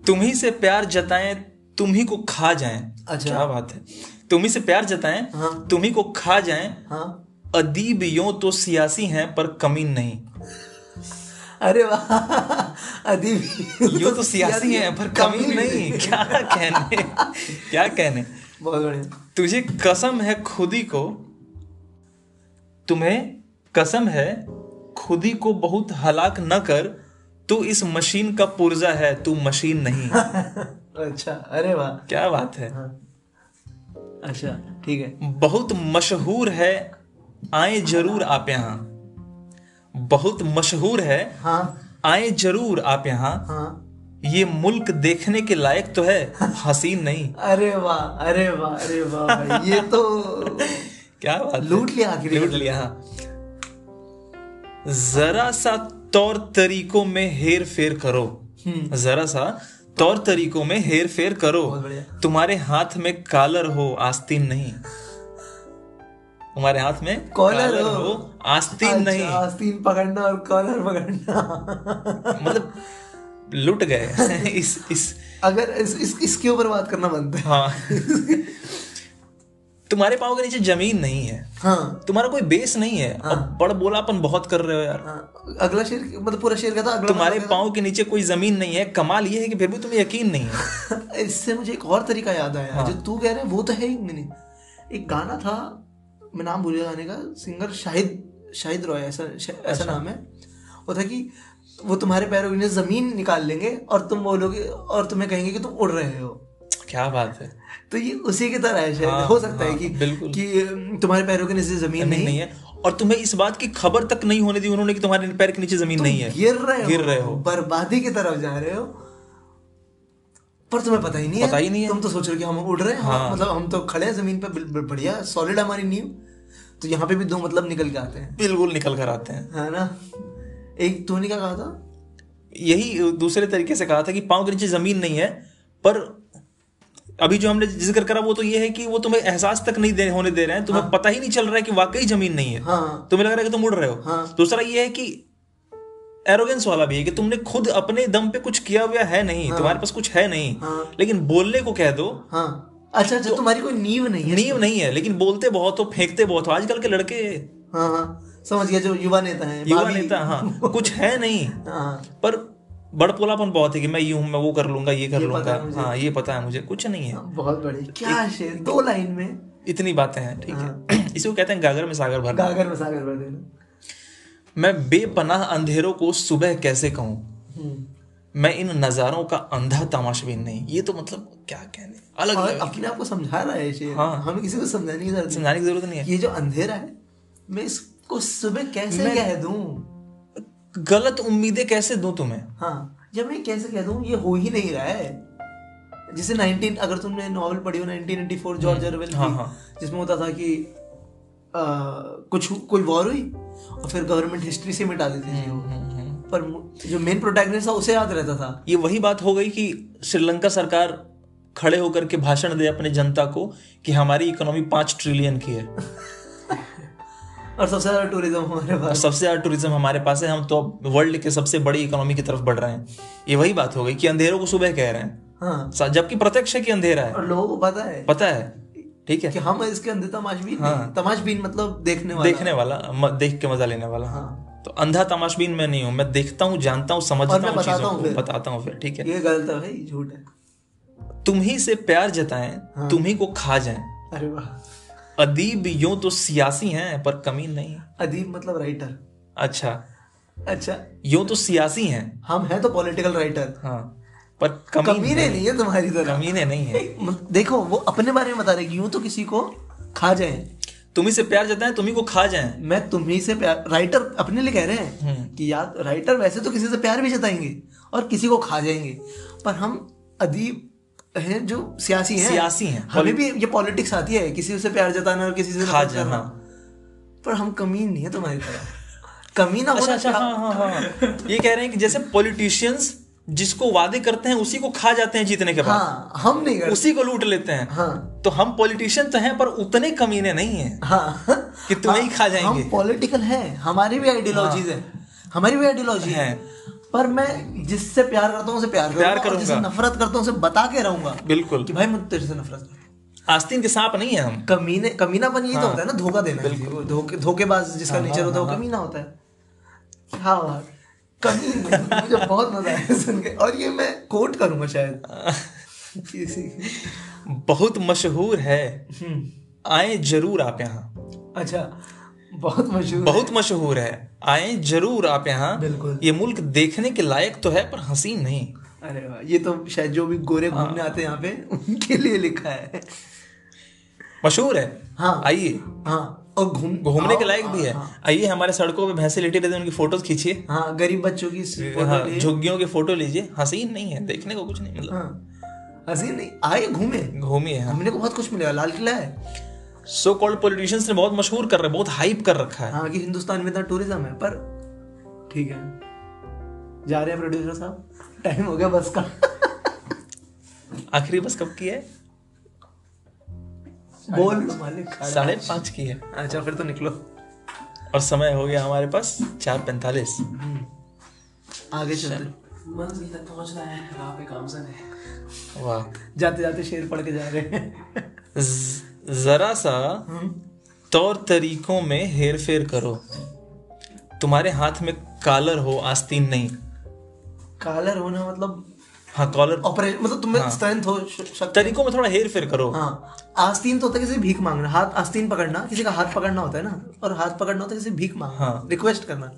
S2: तुम ही से प्यार जताएं तुम ही को खा जाएं
S1: अच्छा।
S2: क्या बात है तुम ही से प्यार जताएं
S1: हाँ।
S2: तुम ही को खा जाएं
S1: हाँ
S2: अदीब यूं तो सियासी हैं पर कमीन नहीं
S1: अरे वाह अदीब
S2: यूं तो सियासी हैं पर कमीन नहीं क्या कहने क्या कहने
S1: बहुत बढ़िया
S2: तुझे कसम है खुदी को तुम्हें कसम है खुदी को बहुत हलाक न कर तू इस मशीन का पुर्जा है तू मशीन नहीं
S1: अच्छा अरे वाह हाँ।
S2: क्या बात है
S1: अच्छा ठीक है
S2: बहुत मशहूर है आए जरूर आप यहाँ बहुत मशहूर है
S1: हाँ
S2: आए जरूर आप यहाँ
S1: हाँ
S2: ये मुल्क देखने के लायक तो है हसीन नहीं
S1: अरे वाह अरे वाह अरे वाह भाई, ये तो
S2: क्या बात है?
S1: लूट लिया आखिरी
S2: लूट लिया हाँ जरा सा तौर तरीकों में हेर फेर करो जरा सा तौर तरीकों में हेर फेर करो
S1: हम्म। बहुत बढ़िया।
S2: तुम्हारे हाथ में कालर हो आस्तीन नहीं तुम्हारे हाथ में
S1: कॉलर हो।
S2: आस्तीन
S1: अच्छा,
S2: नहीं
S1: आस्तीन पकड़ना और कॉलर पकड़ना
S2: मतलब लुट गए इस इस
S1: अगर इस, इस इसके ऊपर बात करना बनता है
S2: हाँ तुम्हारे पाँव के नीचे जमीन नहीं है
S1: हाँ
S2: तुम्हारा कोई बेस नहीं है और बड़ बोलापन बहुत कर रहे हो यार
S1: हाँ, अगला शेर मतलब पूरा शेर का था अगला
S2: तुम्हारे पाँव के नीचे कोई जमीन नहीं है कमाल ये है कि फिर भी तुम्हें यकीन नहीं है
S1: इससे मुझे एक और तरीका याद आया
S2: हाँ।
S1: जो तू कह रहे है वो तो है ही नहीं एक गाना था मैं नाम भूल गया गाने का सिंगर शाहिद शाहिद रॉय ऐसा शा-
S2: अच्छा।
S1: ऐसा नाम है वो था कि वो तुम्हारे पैरों के नीचे जमीन निकाल लेंगे और तुम बोलोगे और तुम्हें कहेंगे कि तुम उड़ रहे हो
S2: क्या बात है
S1: तो ये उसी की तरह है शायद हो सकता है कि
S2: हाँ, बिल्कुल।
S1: कि अम, तुम्हारे पैरों के नीचे जमीन नहीं
S2: नहीं, नहीं है और तुम्हें इस बात की खबर तक नहीं होने दी उन्होंने कि तुम्हारे पैर के नीचे जमीन नहीं है
S1: गिर रहे हो
S2: गिर रहे हो।
S1: बर्बादी की तरफ जा रहे हो पर तुम्हें पता ही नहीं
S2: पता
S1: है
S2: ही नहीं है।
S1: तुम तो सोच रहे हो कि हम उड़ रहे हैं हाँ। मतलब हम तो खड़े हैं जमीन पे बिल- बिल- बढ़िया सॉलिड हमारी नींव तो यहाँ पे भी दो मतलब निकल के आते हैं
S2: बिल्कुल निकल कर आते हैं
S1: है ना एक तूने क्या कहा था
S2: यही दूसरे तरीके से कहा था कि पाँव के नीचे जमीन नहीं है पर अभी जो हमने जिक्र करा वो तो ये है कि वो तुम्हें एहसास तक नहीं दे, होने दे रहे हैं तुम्हें पता ही नहीं चल रहा है कि वाकई जमीन नहीं है
S1: हाँ
S2: तुम्हें लग रहा है कि तुम उड़ रहे हो
S1: हाँ।
S2: दूसरा ये है कि एरोगेंस वाला भी है कि तुमने खुद अपने दम पे कुछ किया हुआ है नहीं तुम्हारे पास कुछ है नहीं
S1: हाँ।
S2: लेकिन बोलने को कह दो
S1: हाँ अच्छा
S2: तो-
S1: अच्छा तुम्हारी कोई नींव नहीं है
S2: नींव नहीं है लेकिन बोलते बहुत हो फेंकते बहुत हो आजकल के लड़के
S1: हाँ हाँ समझ गया जो युवा नेता है
S2: युवा नेता हाँ कुछ है नहीं
S1: हाँ
S2: पर बड़पोलापन बहुत है कि मैं ये हूँ मैं वो कर लूंगा ये कर लूंगा
S1: है मुझे।
S2: हाँ ये पता है मुझे कुछ नहीं है
S1: बहुत बड़े क्या शेर दो लाइन में
S2: इतनी बातें हैं ठीक है
S1: हाँ।
S2: इसी को कहते हैं गागर में सागर भरना
S1: गागर में सागर भर देना
S2: मैं बेपनाह अंधेरों को सुबह कैसे कहूँ
S1: हम्म।
S2: मैं इन नज़ारों का अंधा तमाशबीन नहीं ये तो मतलब क्या कहने अलग
S1: और
S2: अलग
S1: अपने आप को समझा रहा है ये शेर
S2: हाँ।
S1: हमें किसी को समझाने की जरूरत
S2: समझाने की जरूरत नहीं
S1: नहीं ये जो अंधेरा है मैं इसको सुबह कैसे कह दूं
S2: है गलत उम्मीदें कैसे दूं तुम्हें
S1: हाँ या मैं कैसे कह दूं ये हो ही नहीं रहा है जैसे 19 अगर तुमने नॉवल पढ़ी हो 1984 जॉर्ज ऑरवेल
S2: हाँ,
S1: की
S2: हाँ।
S1: जिसमें होता था कि आ, कुछ कोई वॉर हुई और फिर गवर्नमेंट हिस्ट्री से मिटा देती थी
S2: हम्म।
S1: वो पर मु- जो मेन प्रोटैगनिस्ट था उसे याद रहता था
S2: ये वही बात हो गई कि श्रीलंका सरकार खड़े होकर के भाषण दे अपने जनता को कि हमारी इकोनॉमी पाँच ट्रिलियन की है
S1: और सबसे ज्यादा टूरिज्म हमारे
S2: और
S1: पास
S2: सबसे ज्यादा टूरिज्म हमारे पास है हम तो अब वर्ल्ड के सबसे बड़ी इकोनॉमी की तरफ बढ़ रहे हैं ये वही बात हो गई कि अंधेरों को सुबह कह रहे हैं
S1: हाँ
S2: सा- जबकि प्रत्यक्ष है कि अंधेरा है
S1: और लोगों को पता है
S2: पता है ठीक है
S1: कि हम इसके अंदर तमाशबीन हाँ। तमाशबीन मतलब देखने वाला
S2: देखने वाला म, देख के मजा लेने वाला
S1: हाँ।
S2: तो अंधा तमाशबीन मैं नहीं हूँ मैं देखता हूँ जानता हूँ समझता
S1: और मैं
S2: हूँ
S1: बताता
S2: चीजों
S1: हूँ
S2: को
S1: फिर।
S2: बताता हूँ फिर ठीक है
S1: ये गलत है भाई झूठ है
S2: तुम ही से प्यार जताएं तुम ही को खा जाएं
S1: अरे वाह
S2: अदीब यूं तो सियासी हैं पर कमीन नहीं
S1: अदीब मतलब राइटर
S2: अच्छा
S1: अच्छा
S2: यूं तो सियासी हैं
S1: हम हैं तो पॉलिटिकल राइटर
S2: हाँ पर कमीन
S1: कमीने नहीं है तुम्हारी तरह
S2: कमीने नहीं है
S1: मत- देखो वो अपने बारे में बता रहे कि यूं तो किसी को खा जाए
S2: तुम्ही से प्यार जताएं तुम्ही को खा जाएं
S1: मैं तुम्ही से प्यार राइटर अपने लिए कह रहे हैं
S2: हम्म।
S1: कि यार राइटर वैसे तो किसी से प्यार भी जताएंगे और किसी को खा जाएंगे पर हम अदीब हैं जो सियासी हैं
S2: सियासी हैं।
S1: हमें भी ये पॉलिटिक्स आती है किसी से प्यार जताना और किसी से
S2: खा
S1: नफरत
S2: जाना
S1: करना। पर हम कमीन नहीं है तुम्हारी तरह कमीना
S2: अच्छा
S1: होना
S2: अच्छा
S1: क्या-
S2: हाँ हाँ हाँ ये कह रहे हैं कि जैसे पॉलिटिशियंस जिसको वादे करते हैं उसी को खा जाते हैं जीतने के बाद
S1: हाँ हम नहीं करते
S2: उसी को लूट लेते हैं
S1: हाँ
S2: तो हम पॉलिटिशियन तो हैं पर उतने कमीने नहीं हैं
S1: हाँ
S2: कि तुम्हें ही खा जाएंगे। हाँ।
S1: हम पॉलिटिकल है हमारी भी आइडियोलॉजीज हैं हमारी भी आइडियोलॉजी है पर मैं जिससे प्यार करता हूँ उसे प्यार करूंगा
S2: प्यार
S1: और
S2: करूंगा।
S1: जिससे नफरत करता हूँ उसे बता के रहूंगा
S2: बिल्कुल
S1: कि भाई मैं तेरे से नफरत करता हूं।
S2: आस्तीन के सांप नहीं है हम
S1: कमीने कमीनापन यही
S2: हाँ।
S1: तो होता है ना धोखा देना किसी को। धोखे धोखेबाज जिसका नेचर होता है वो कमीना होता है हाँ वाह कमीना मुझे बहुत मजा आया सुन के और ये मैं कोट करूंगा शायद
S2: हाँ।
S1: किसी-
S2: बहुत मशहूर है
S1: हम्म,
S2: आए जरूर आप यहाँ
S1: अच्छा बहुत मशहूर
S2: बहुत मशहूर है आए जरूर आप यहाँ
S1: बिल्कुल।
S2: ये मुल्क देखने के लायक तो है पर हसीन नहीं
S1: अरे वाह ये तो शायद जो भी गोरे घूमने आते हैं यहाँ पे उनके लिए लिखा है
S2: मशहूर है
S1: हाँ।
S2: आइए
S1: हाँ और घूम
S2: घूमने के लायक भी है आइए हमारे सड़कों पे भैंसे लेटी रहती हैं उनकी फोटोज खींचिए
S1: हाँ गरीब बच्चों की photo
S2: हाँ,
S1: लिए।
S2: झुग्गियों के फोटो लीजिए हसीन नहीं है देखने को कुछ नहीं मतलब
S1: हाँ हसीन नहीं आए घूमे
S2: घूमिए हाँ
S1: घूमने को बहुत कुछ मिलेगा लाल किला है
S2: सो कॉल्ड पॉलिटिशियंस ने बहुत मशहूर कर रहे हैं बहुत हाइप कर रखा है
S1: हाँ कि हिंदुस्तान में इतना टूरिज्म है पर ठीक है जा रहे हैं प्रोड्यूसर साहब टाइम हो गया बस का
S2: आखिरी बस कब की है
S1: बोल मालिक
S2: साढ़े पाँच की है
S1: अच्छा फिर तो निकलो
S2: और समय हो गया हमारे पास चार पैंतालीस
S1: आगे चलते
S3: मंजिल तक पहुंचना है राह पे गामजन है
S2: वाह
S1: जाते जाते शेर पढ़ के जा रहे हैं
S2: ज- जरा सा तौर तरीकों में हेर फेर करो तुम्हारे हाथ में कॉलर हो आस्तीन नहीं
S1: कालर होना मतलब
S2: हाँ कॉलर
S1: ऑपरेशन मतलब तुम्हें
S2: हाँ।
S1: स्ट्रेंथ हो श- शक्ति
S2: तरीकों में थोड़ा हेर फेर करो
S1: हाँ आस्तीन तो होता है किसी से भीख मांगना हाथ आस्तीन पकड़ना किसी का हाथ पकड़ना होता है ना और हाथ पकड़ना होता है किसी से भीख मांगना
S2: हाँ।
S1: रिक्वेस्ट करना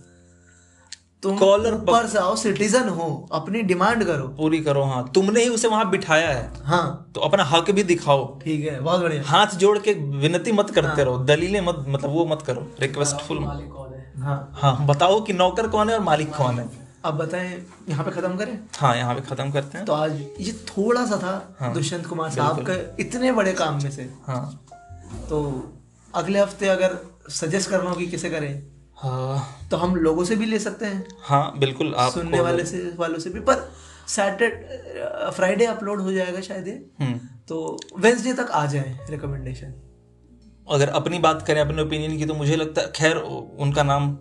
S1: तुम
S2: कॉलर पक-
S1: ऊपर से आओ सिटीजन हो अपनी डिमांड करो
S2: पूरी करो हाँ तुमने ही उसे वहां बिठाया है
S1: हाँ
S2: तो अपना हक भी दिखाओ
S1: ठीक है बहुत बढ़िया
S2: हाथ जोड़ के विनती मत करते रहो दलीलें मत मतलब वो मत करो रिक्वेस्टफुल
S3: मालिक कौन है
S1: हाँ
S2: हाँ बताओ कि नौकर कौन है और मालिक कौन है
S1: अब बताएं यहाँ पे खत्म करें
S2: हाँ यहाँ पे खत्म करते हैं
S1: तो आज ये थोड़ा सा था
S2: हाँ।
S1: दुष्यंत कुमार साहब के इतने बड़े काम में से
S2: हाँ
S1: तो अगले हफ्ते अगर सजेस्ट कर रहा हूँ कि किसे करें
S2: हाँ
S1: तो हम लोगों से भी ले सकते हैं
S2: हाँ बिल्कुल आप
S1: सुनने वाले से वालों से भी पर सैटरडे फ्राइडे अपलोड हो जाएगा शायद ये
S2: हम्म
S1: तो वेंसडे तक आ जाए रिकमेंडेशन
S2: अगर अपनी बात करें अपने ओपिनियन की तो मुझे लगता है खैर उनका नाम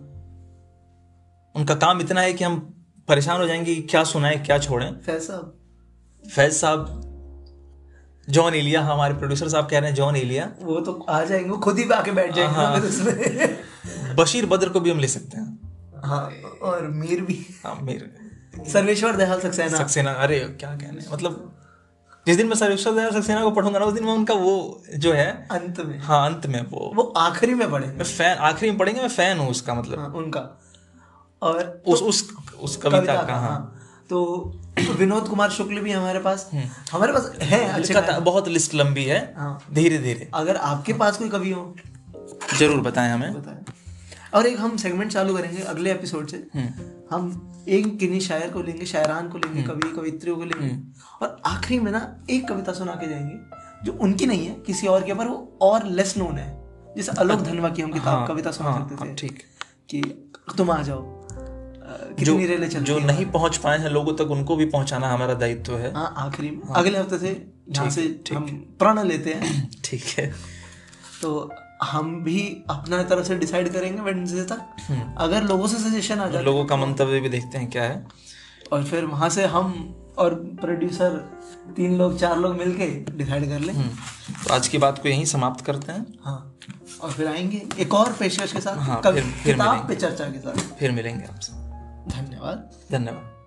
S2: उनका काम इतना है कि हम परेशान हो जाएंगे कि क्या सुनाएं क्या छोड़ें
S1: फैज साहब
S2: फैज साहब जॉन एलिया हमारे प्रोड्यूसर साहब कह रहे हैं जॉन एलिया
S1: वो तो आ जाएंगे वो खुद ही आके बैठ जाएंगे
S2: हाँ।
S1: ना फिर उसमें
S2: बशीर बद्र को भी हम ले सकते हैं
S1: हाँ और मीर भी
S2: हाँ मेरे
S1: सर्वेश्वर दयाल सक्सेना
S2: सक्सेना अरे क्या कहने मतलब जिस दिन मैं सर्वेश्वर दयाल सक्सेना को पढ़ूंगा ना उस दिन मैं उनका वो जो है
S1: अंत में
S2: हाँ अंत में वो
S1: वो आखिरी में पढ़ेंगे
S2: मैं फैन आखिरी में पढ़ेंगे मैं फैन हूँ उसका मतलब
S1: हाँ, उनका और
S2: उस उस उस कविता का हाँ
S1: हाँ। तो विनोद कुमार शुक्ल भी हमारे पास
S2: हम्म।
S1: हमारे पास है अच्छे
S2: इसका अच्छा, ता- बहुत लिस्ट लंबी है
S1: हाँ।
S2: धीरे धीरे
S1: अगर आपके पास कोई कवि हो
S2: जरूर बताएं हमें
S1: बताएं और एक हम सेगमेंट चालू करेंगे अगले एपिसोड से
S2: हम्म।
S1: हम एक किन्हीं शायर को लेंगे शायरान को लेंगे कवि कवित्रियों को लेंगे
S2: हम्म।
S1: और आखिरी में ना एक कविता सुना के जाएंगे जो उनकी नहीं है किसी और के पर वो और लेस नोन है जैसे अलोक धनवा की हम किताब कविता सुना
S2: अच्छा। हाँ,
S1: सकते थे
S2: हाँ, ठीक।
S1: कि तुम आ जाओ अ, कितनी रेलें चलती
S2: जो
S1: हैं।
S2: नहीं पहुंच पाए हैं लोगों तक उनको भी पहुंचाना हमारा दायित्व है
S1: हाँ आखिरी में अगले हफ्ते से यहाँ से हम प्रण लेते हैं
S2: ठीक है
S1: तो हम भी अपना तरफ से डिसाइड करेंगे वेडनेसडे
S2: हम्म।
S1: तक अगर लोगों से सजेशन आ जाए
S2: लोगों का मंतव्य भी देखते हैं क्या है
S1: और फिर वहां से हम और प्रोड्यूसर तीन लोग चार लोग मिलके डिसाइड कर लें
S2: तो आज की बात को यहीं समाप्त करते हैं
S1: हाँ और फिर आएंगे एक और पेशकश के साथ
S2: हाँ,
S1: कवि-
S2: फिर- फिर
S1: किताब
S2: मिलेंगे।
S1: पे चर्चा के साथ
S2: फिर मिलेंगे आपसे
S1: धन्यवाद
S2: धन्यवाद